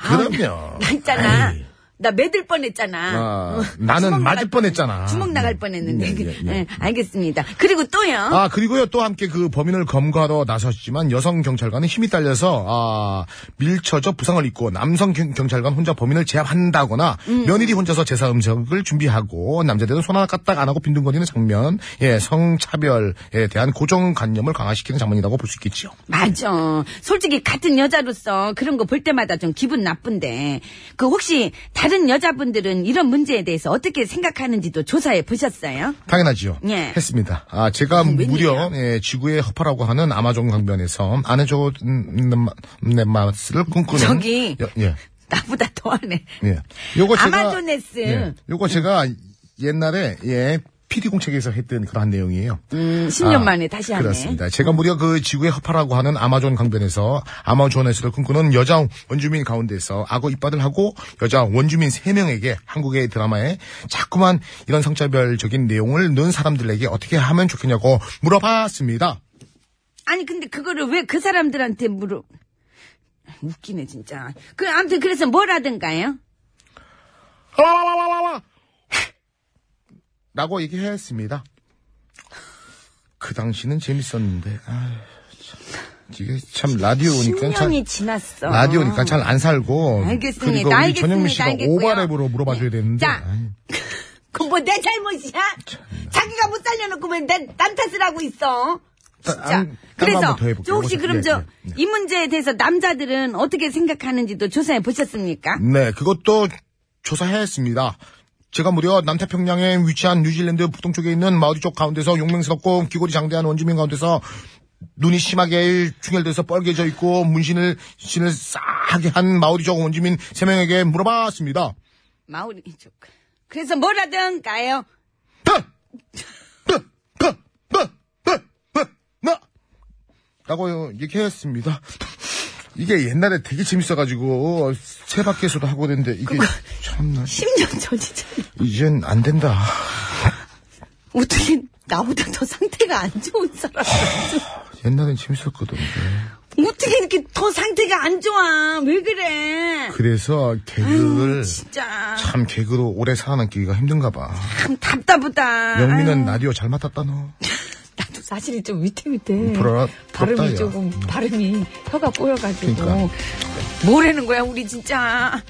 S7: 아우,
S1: 그럼요.
S7: 나 있잖아.
S1: 에이.
S7: 나 매들 뻔했잖아.
S1: 아,
S7: 어,
S1: 나는 맞을
S7: 주먹 나갈
S1: 뻔했잖아.
S7: 주먹 나갈
S1: 예.
S7: 뻔했는데.
S1: 예, 예, 예.
S7: 예, 알겠습니다. 그리고 또요.
S1: 아 그리고요 또 함께 그 범인을 검거하러 나섰지만 여성 경찰관은 힘이 딸려서 아 밀쳐져 부상을 입고 남성 경- 경찰관 혼자 범인을 제압한다거나 며느리 혼자서 제사 음식을 준비하고 남자들은 손 하나 까딱 안 하고 빈둥거리는 장면 예 성차별에 대한 고정관념을 강화시키는 장면이라고 볼 수 있겠지요.
S7: 맞아. 솔직히 같은 여자로서 그런 거 볼 때마다 좀 기분 나쁜데. 그 혹시 다른 여자분들은 이런 문제에 대해서 어떻게 생각하는지도 조사해 보셨어요?
S1: 당연하지요.
S7: 예.
S1: 했습니다. 아, 제가 무려 예, 지구의 허파라고 하는 아마존 강변에서 아내 조, 음, 내 맛을 꿈꾸는.
S7: 저기.
S1: 여- 예.
S7: 나보다 더하네.
S1: 예. 요거 제가.
S7: 아마존에스.
S1: 예. 요거 제가 옛날에, 예, PD 공책에서 했던 그러한 내용이에요.
S7: 음, 10년
S1: 아,
S7: 만에 다시 하네.
S1: 그렇습니다. 제가 무려 그 지구의 허파라고 하는 아마존 강변에서 아마존에서를 꿈꾸는 여자 원주민 가운데서 악어 이빨을 하고 여자 원주민 3명에게 한국의 드라마에 자꾸만 이런 성차별적인 내용을 넣은 사람들에게 어떻게 하면 좋겠냐고 물어봤습니다.
S7: 아니 근데 그거를 왜 그 사람들한테 물어? 웃기네 진짜. 그 아무튼 그래서 뭐라든가요?
S1: 와와와와와! 라고 얘기했습니다. 그 당시는 재밌었는데, 아유, 참, 이게 참 라디오니까 참.
S7: 10년이 지났어.
S1: 라디오니까 잘 안 살고.
S7: 알겠습니다.
S1: 그리고 우리
S7: 알겠습니다.
S1: 전영미 씨가
S7: 알겠고요. 네.
S1: 오바랩으로 물어봐줘야 되는데.
S7: 자.
S1: 아이,
S7: 그건 뭐 내 잘못이야? 자기가 못 살려놓고 왜난 탓을 하고 있어?
S1: 딴- 딴-
S7: 진짜.
S1: 딴거
S7: 그래서
S1: 한번 더 해볼게요.
S7: 저 혹시
S1: 이거
S7: 그럼
S1: 예,
S7: 저 이
S1: 예,
S7: 문제에 대해서 남자들은 어떻게 생각하는지도 조사해 보셨습니까?
S1: 네, 그것도 조사했습니다. 제가 무려 남태평양에 위치한 뉴질랜드 북동쪽에 있는 마오리 쪽 가운데서 용맹스럽고 귀골이 장대한 원주민 가운데서 눈이 심하게 충혈돼서 뻘개져 있고 문신을 신을 싸하게 한 마오리 족 원주민 세명에게 물어봤습니다.
S7: 마오리 쪽. 그래서 뭐라든가요?
S1: 라고 얘기했습니다. 이게 옛날에 되게 재밌어가지고 세 바퀴에서도 하고 됐는데 이게 참나
S7: 10년 전이잖아.
S1: 이젠 안 된다.
S7: 어떻게 나보다 더 상태가 안 좋은 사람.
S1: 옛날엔 재밌었거든.
S7: 어떻게 이렇게 더 상태가 안 좋아. 왜 그래.
S1: 그래서
S9: 아,
S1: 개그를
S7: 진짜.
S1: 참 개그로 오래 살아남기가 힘든가 봐.
S7: 참 답답하다.
S1: 영민은
S9: 아,
S1: 라디오 잘 맡았다 너.
S9: 나도 사실 좀 위태위태.
S1: 음, 부러워-
S9: 네.
S1: 부럽다,
S9: 발음이
S1: 야.
S9: 조금 발음이 혀가 꼬여가지고
S1: 그러니까.
S7: 뭐라는 거야, 우리 진짜.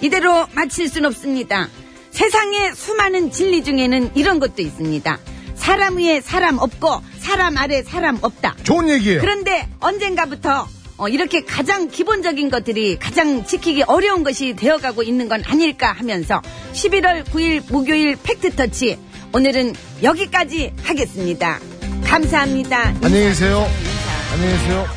S7: 이대로 마칠 순 없습니다. 세상의 수많은 진리 중에는 이런 것도 있습니다. 사람 위에 사람 없고, 사람 아래 사람 없다.
S1: 좋은 얘기예요.
S7: 그런데 언젠가부터 어, 이렇게 가장 기본적인 것들이 가장 지키기 어려운 것이 되어가고 있는 건 아닐까 하면서 11월 9일 목요일 팩트터치 오늘은 여기까지 하겠습니다. 감사합니다.
S1: 안녕히 계세요. 안녕히 계세요.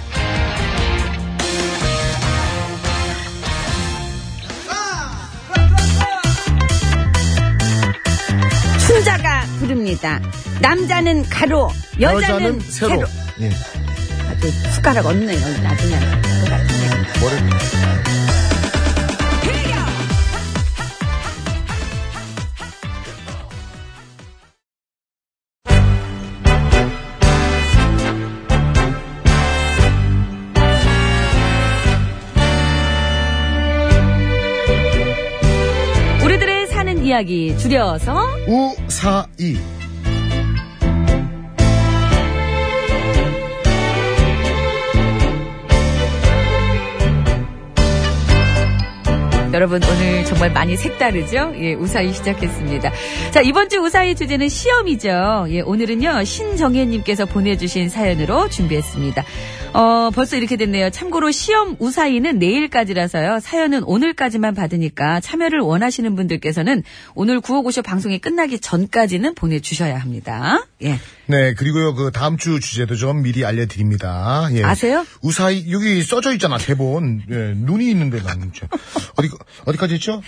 S7: 춘자가 부릅니다. 남자는 가로, 여자는, 세로.
S1: 예.
S7: 아주 숟가락 없네, 여기 나중에.
S1: 뭐래?
S7: 우리들의 사는 이야기 줄여서
S1: 우사이.
S7: 여러분 오늘 정말 많이 색다르죠? 예, 우사히 시작했습니다. 자, 이번 주 우사히 주제는 시험이죠. 예, 오늘은요, 신정혜님께서 보내주신 사연으로 준비했습니다. 어, 벌써 이렇게 됐네요. 참고로 시험 우사히는 내일까지라서요, 사연은 오늘까지만 받으니까 참여를 원하시는 분들께서는 오늘 구호고쇼 방송이 끝나기 전까지는 보내주셔야 합니다. 예.
S1: 네, 그리고요, 그 다음 주 주제도 좀 미리 알려드립니다. 예.
S7: 아세요?
S1: 우사히, 여기 써져 있잖아, 대본. 예, 눈이 있는데 나는. 저, 어디, 어디까지 했죠?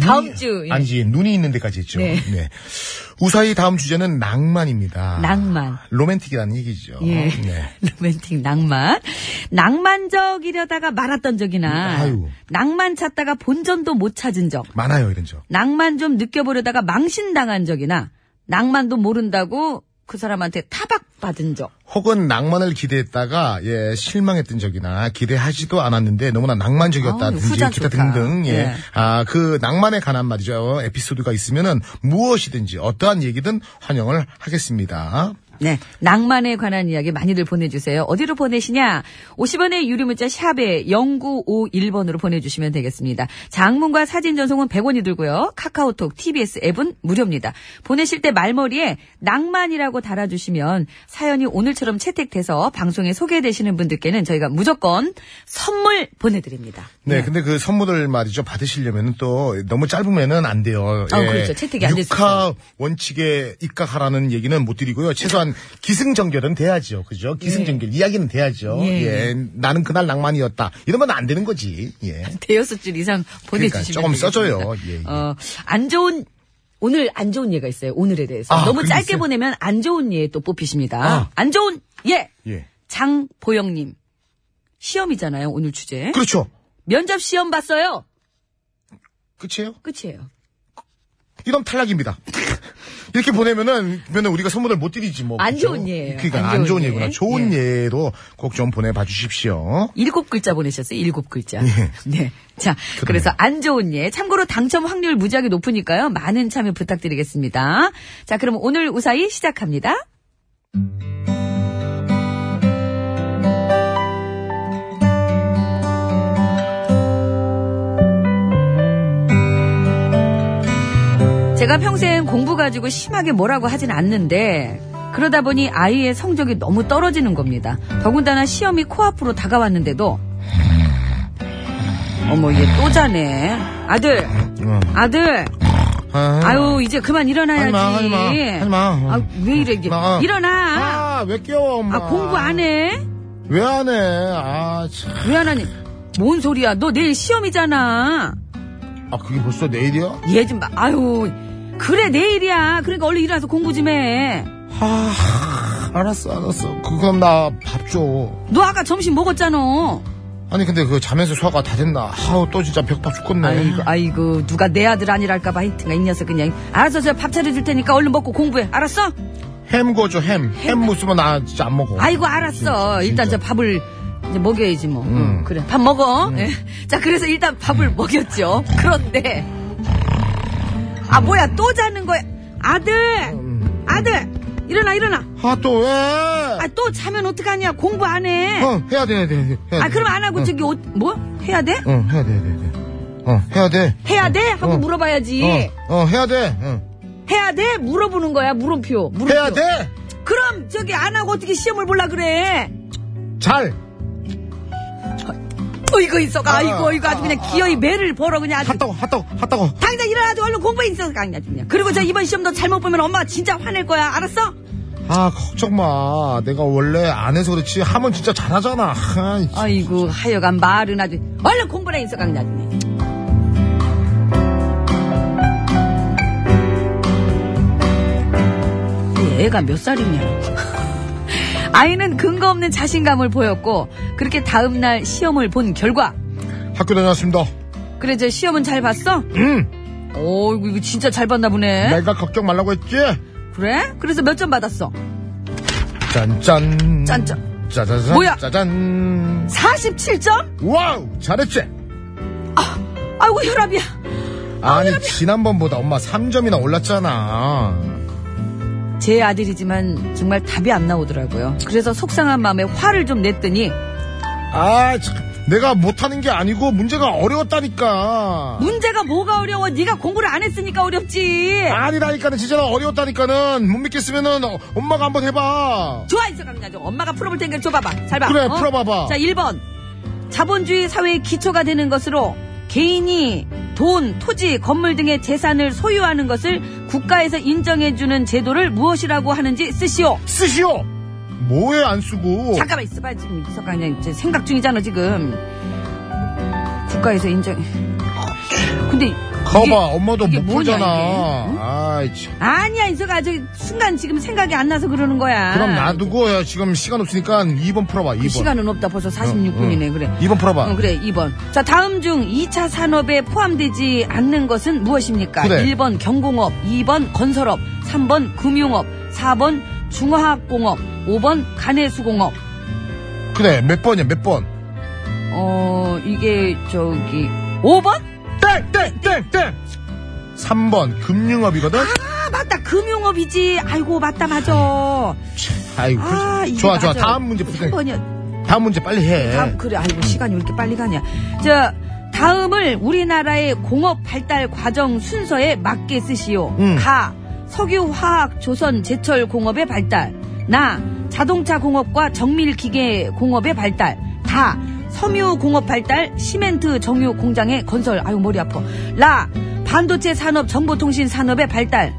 S7: 다음
S1: 눈이-
S7: 주, 예.
S1: 아니지, 눈이 있는 데까지 했죠.
S7: 네.
S1: 네. 우사히 다음 주제는 낭만입니다.
S7: 낭만.
S1: 로맨틱이라는 얘기죠.
S7: 예.
S1: 네.
S7: 로맨틱 낭만. 낭만적이려다가 말았던 적이나,
S1: 아유.
S7: 낭만 찾다가 본전도 못 찾은 적.
S1: 많아요, 이런 적.
S7: 낭만 좀 느껴보려다가 망신당한 적이나 낭만도 모른다고 그 사람한테 타박받은 적.
S1: 혹은 낭만을 기대했다가 예 실망했던 적이나 기대하지도 않았는데 너무나
S7: 아우,
S1: 낭만적이었다든지
S7: 후자
S1: 기타
S7: 좋다.
S1: 등등
S7: 예.
S1: 예아 그 낭만에 관한 말이죠 에피소드가 있으면은 무엇이든지 어떠한 얘기든 환영을 하겠습니다.
S7: 네. 낭만에 관한 이야기 많이들 보내주세요. 어디로 보내시냐? 50원의 유료문자 샵에 0951번으로 보내주시면 되겠습니다. 장문과 사진 전송은 100원이 들고요. 카카오톡, TBS 앱은 무료입니다. 보내실 때 말머리에 낭만이라고 달아주시면 사연이 오늘처럼 채택돼서 방송에 소개되시는 분들께는 저희가 무조건 선물 보내드립니다.
S1: 네, 근데 그 선물을 말이죠 받으시려면은 또 너무 짧으면은 안 돼요. 예.
S7: 아, 그렇죠. 채택이 안될수
S1: 육하 원칙에 입각하라는 얘기는 못 드리고요. 최소한 기승전결은 돼야죠, 그죠? 기승전결 이야기는 돼야죠.
S7: 예.
S1: 예, 나는 그날 낭만이었다. 이러면 안 되는 거지. 예.
S7: 대여섯 줄 이상 보내주시면
S1: 그러니까 조금 써줘요.
S7: 되겠습니다.
S1: 예, 예.
S7: 어, 안 좋은 오늘 안 좋은 예가 있어요. 오늘에 대해서.
S1: 아,
S7: 너무
S1: 그게
S7: 짧게
S1: 있어요?
S7: 보내면 안 좋은 예 또 뽑히십니다.
S1: 아.
S7: 안 좋은 예.
S1: 예.
S7: 장보영님. 시험이잖아요. 오늘 주제.
S1: 그렇죠.
S7: 면접 시험 봤어요.
S1: 끝이에요?
S7: 끝이에요.
S1: 이러면 탈락입니다. 이렇게 보내면은, 그러면 우리가 선물을 못 드리지 뭐.
S7: 안
S1: 그죠?
S7: 좋은 예예요.
S1: 그러니까
S7: 안
S1: 안 좋은
S7: 좋은
S1: 예구나.
S7: 예.
S1: 좋은 예로 꼭 좀 보내봐 주십시오.
S7: 일곱 글자 보내셨어요. 일곱 글자.
S1: 예.
S7: 네. 자, 그래서안 좋은 예. 참고로 당첨 확률 무지하게 높으니까요. 많은 참여 부탁드리겠습니다. 자, 그럼 오늘 우사히 시작합니다. 제가 평생 공부 가지고 심하게 뭐라고 하진 않는데 그러다 보니 아이의 성적이 너무 떨어지는 겁니다. 더군다나 시험이 코앞으로 다가왔는데도 어머 얘 또 자네. 아들,
S1: 어.
S7: 아들. 아유 이제 그만 일어나야지.
S1: 하지마, 하지마, 하지마.
S7: 아, 왜 이래 이게?
S1: 마.
S7: 일어나.
S1: 아, 왜 깨워, 엄마.
S7: 아 공부 안 해?
S1: 왜 안 해? 아, 참.
S7: 왜 안 하니? 뭔 소리야? 너 내일 시험이잖아.
S1: 아, 그게 벌써 내일이야?
S7: 얘 좀 봐. 아유 그래 내일이야. 그러니까 얼른 일어나서 공부 좀 해.
S1: 아, 알았어, 알았어. 그럼 나 밥 줘.
S7: 너 아까 점심 먹었잖아.
S1: 아니, 근데 그 자면서 소화가 다 됐나? 아우, 또 진짜 배고파 죽겠네.
S7: 아이고, 아이고, 누가 내 아들 아니랄까봐 하여튼가 이 녀석 그냥. 알았어, 제가 밥 차려줄 테니까 얼른 먹고 공부해. 알았어?
S1: 네. 햄 거죠, 햄. 햄 무스면 나 진짜 안 먹어.
S7: 아이고, 알았어.
S1: 진짜, 음.
S7: 일단
S1: 진짜.
S7: 저 밥을 이제 먹여야지 뭐. 응, 그래, 밥 먹어. 예. 자, 그래서 일단
S1: 음.
S7: 밥을 먹였죠. 그런데. 아, 뭐야, 또 자는 거야. 아들!
S1: 음.
S7: 아들! 일어나, 일어나.
S1: 아, 또 왜?
S7: 아, 또 자면 어떡하냐. 공부 안 해.
S1: 어, 해야 돼, 해야 돼. 해야 돼.
S7: 아, 그럼 안 하고 저기, 옷, 뭐? 해야 돼?
S1: 응, 해야 돼, 해야 돼, 해야 돼. 어, 해야 돼.
S7: 해야 돼? 하고
S1: 어.
S7: 물어봐야지.
S1: 어, 어, 해야 돼. 응.
S7: 해야 돼? 물어보는 거야, 물음표. 물음표.
S1: 해야 돼!
S7: 그럼 저기 안 하고 어떻게 시험을 볼라 그래?
S1: 잘!
S7: 어이구 있어가 아이고 이거 아주 그냥 기어이 매를 벌어 그냥 아주
S1: 핫다고, 핫다고, 핫다고.
S7: 당장 일어나서 얼른 공부해 있어가 아주 그냥 그리고 저 이번 시험도 잘못 보면 엄마 진짜 화낼 거야 알았어?
S1: 아, 걱정 마. 내가 원래 안 해서 그렇지. 하면 진짜 잘하잖아. 아,
S7: 아이고 하여간 말은 아주 얼른 공부나 인서 강냐 중에. 애가 몇 살이냐? 아이는 근거 없는 자신감을 보였고 그렇게 다음 날 시험을 본 결과
S1: 학교 다녔습니다.
S7: 그래 저 시험은 잘 봤어? 응. 어이구 이거 진짜 잘 봤나 보네.
S1: 내가 걱정 말라고 했지?
S7: 그래? 그래서 몇 점 받았어?
S1: 짠짠.
S7: 짠짠.
S1: 짜자잔.
S7: 뭐야?
S1: 짜잔.
S7: 47점?
S1: 와우! 잘했지?
S7: 아이고 혈압이야.
S1: 아니, 지난번보다 엄마 3점이나 올랐잖아.
S7: 제 아들이지만 정말 답이 안 나오더라고요. 그래서 속상한 마음에 화를 좀 냈더니
S1: 아, 참. 내가 못하는 게 아니고 문제가 어려웠다니까.
S7: 문제가 뭐가 어려워? 네가 공부를 안 했으니까 어렵지.
S1: 아니라니까는 진짜 어려웠다니까는 못 믿겠으면은 어, 엄마가 한번 해봐.
S7: 좋아 있어 강나정. 엄마가 풀어볼 테니까 줘봐봐. 잘 봐.
S1: 그래,
S7: 어?
S1: 풀어봐봐.
S7: 자 1번 자본주의 사회의 기초가 되는 것으로 개인이 돈, 토지, 건물 등의 재산을 소유하는 것을 국가에서 인정해주는 제도를 무엇이라고 하는지 쓰시오.
S1: 쓰시오. 뭐에 안 쓰고?
S7: 잠깐만 있어봐 지금 석강이 이제 생각 중이잖아 지금 국가에서 인정 근데 이게-
S1: 가봐, 엄마도
S7: 이게
S1: 못
S7: 뭐냐,
S1: 보잖아.
S7: 이게? 응?
S1: 아이 참.
S7: 아니야 인서가 저 순간 지금 생각이 안 나서 그러는 거야
S1: 그럼 놔두고 야, 지금 시간 없으니까 2번 풀어봐. 2번.
S7: 아, 그 시간은 없다 벌써 46분이네 그래
S1: 2번 풀어봐.
S7: 어, 그래 2번 자 다음 중 2차 산업에 포함되지 않는 것은 무엇입니까
S1: 그래.
S7: 1번 경공업 2번 건설업 3번 금융업 4번 중화학공업 5번 가내수공업
S1: 그래, 몇 번이야? 몇 번?
S7: 어 이게 저기 5번?
S1: 땡, 땡, 땡, 땡. 3번 금융업이거든.
S7: 아 맞다 금융업이지 아이고 맞다 맞아
S1: 아이고.
S7: 아, 이게
S1: 좋아, 좋아.
S7: 맞아.
S1: 다음 문제 풀
S7: 한
S1: 때.
S7: 번이야.
S1: 다음 문제 빨리 해.
S7: 다음, 그래, 아이고, 시간이 왜 이렇게 빨리 가냐. 저, 다음을 우리나라의 공업 발달 과정 순서에 맞게 쓰시오.
S1: 음.
S7: 가, 석유, 화학, 조선, 제철 공업의 발달. 나, 자동차 공업과 정밀 기계 공업의 발달. 다, 섬유 공업 발달, 시멘트 정유 공장의 건설. 아유, 머리 아파. 라, 반도체 산업, 정보통신 산업의 발달.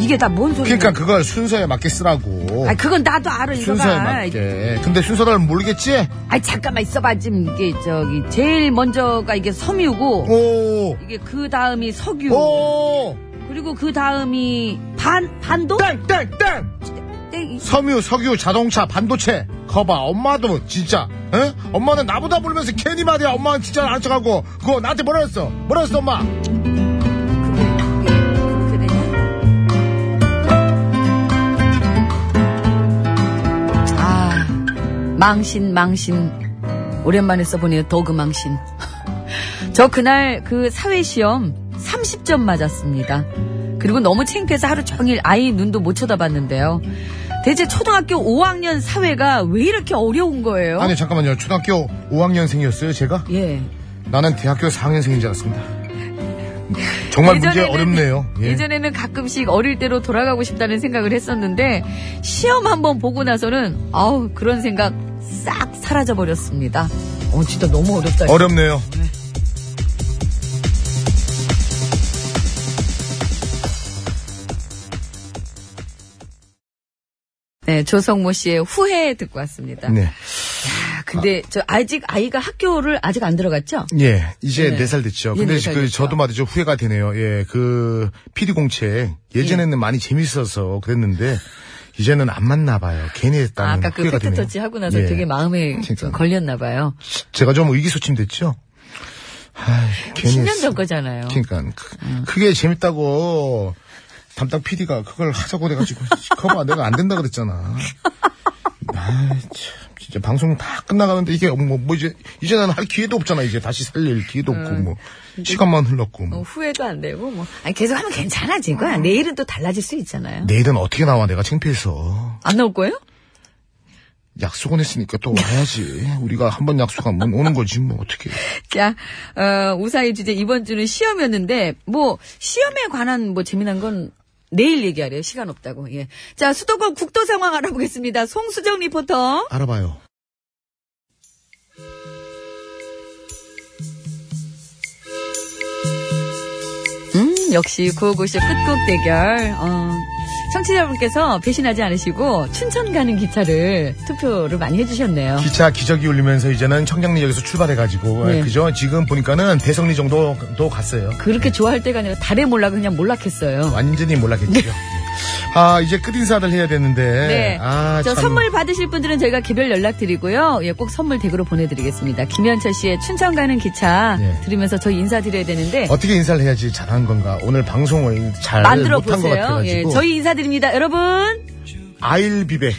S7: 이게 다 뭔 소리야?
S1: 그러니까 그걸 순서에 맞게 쓰라고.
S7: 아, 그건 나도 알아, 이거
S1: 순서에 맞게. 근데 순서를 모르겠지?
S7: 아이 잠깐만 있어봐 지금 이게 저기
S1: 어.
S7: 제일 먼저가 이게 섬유고
S1: 오. 어.
S7: 이게 그 다음이 석유
S1: 오.
S10: 그리고 그 다음이 반, 반도?
S1: 네. 땡땡땡
S7: 네,
S10: 땡.
S1: 섬유, 석유, 자동차, 반도체, 거봐, 엄마도 진짜, 에? 엄마는 나보다 부르면서 괜히 말이야. 엄마는 진짜 안 척하고, 그거 나한테 뭐라 했어? 뭐라 했어, 엄마?
S7: 아, 망신, 망신. 오랜만에 써보네요. 더그 망신. 저 그날 그 사회시험 30점 맞았습니다. 그리고 너무 창피해서 하루 종일 아이 눈도 못 쳐다봤는데요. 대체 초등학교 5학년 사회가 왜 이렇게 어려운 거예요?
S1: 아니, 잠깐만요. 초등학교 5학년생이었어요, 제가?
S7: 예.
S1: 나는 대학교 4학년생인 줄 알았습니다. 정말 문제
S7: 예전에는-
S1: 어렵네요. 예.
S7: 예전에는 가끔씩 어릴 때로 돌아가고 싶다는 생각을 했었는데 시험 한번 보고 나서는 아우 그런 생각 싹 사라져 버렸습니다. 어 진짜 너무 어렵다. 이거.
S1: 어렵네요.
S7: 네, 조성모 씨의 후회 듣고 왔습니다.
S1: 네.
S7: 아, 근데 저 아직 아이가 학교를 아직 안 들어갔죠?
S1: 예, 이제 네 살 됐죠.
S7: 예,
S1: 근데
S7: 네살
S1: 그
S7: 됐죠.
S1: 저도 말이죠 후회가 되네요. 예, 그 PD 공책 예전에는 많이 재밌어서 그랬는데 이제는 안 맞나 봐요. 괜히 했다는
S7: 아까 그
S1: 후회가
S7: 팩트
S1: 되네요.
S7: 터치 하고 나서
S1: 예.
S7: 되게 마음에 좀
S1: 진짜.
S7: 걸렸나 봐요.
S1: 제가 좀 의기소침됐죠. 아, 괜히
S7: 10년
S1: 했어.
S7: 전 거잖아요.
S1: 그러니까 그, 그게 재밌다고 담당 PD가 그걸 하자고 돼가지고 커버 내가 안 된다 그랬잖아. 아참 진짜 방송 다 끝나가는데 이게 뭐, 뭐 이제 이제 나는 할 기회도 없잖아 이제 다시 살릴 기회도 없고 뭐 시간만 흘렀고 뭐.
S7: 어, 후회도 안 되고 뭐 아니, 계속 하면 괜찮아질 거야. 내일은 또 달라질 수 있잖아요.
S1: 내일은 어떻게 나와 내가 창피해서
S7: 안 나올 거예요?
S1: 약속은 했으니까 또 와야지 우리가 한 번 약속하면 오는 거지 뭐 어떻게
S7: 자, 어, 우사의 주제 이번 주는 시험이었는데, 뭐, 시험에 관한 뭐 재미난 건 내일 얘기하래요. 시간 없다고. 예. 자, 수도권 국도 상황 알아보겠습니다. 송수정 리포터.
S1: 알아봐요
S7: 음, 역시 구호고쇼 끝곡 대결. 어, 청취자분께서 배신하지 않으시고 춘천 가는 기차를 투표를 많이 해주셨네요.
S1: 기차 기적이 울리면서 이제는 청량리역에서 출발해가지고
S7: 네.
S1: 그죠 지금 보니까는 대성리 정도도 갔어요
S7: 그렇게 좋아할 때가 아니라 달에 몰라 그냥 몰락했어요.
S1: 완전히 몰락했죠 아 이제 끝인사를 해야 되는데
S7: 네.
S1: 아,
S7: 저
S1: 참.
S7: 선물 받으실 분들은 저희가 개별 연락드리고요. 예, 꼭 선물 댁으로 보내드리겠습니다. 김현철 씨의 춘천 가는 기차
S1: 예.
S7: 들으면서 저희 인사드려야 되는데
S1: 어떻게 인사를 해야지 잘한 건가 오늘 방송을 잘
S7: 만들어
S1: 못한 것
S7: 보세요. 예,
S1: 같아가지고
S7: 저희 인사드립니다. 여러분.
S1: 아일비베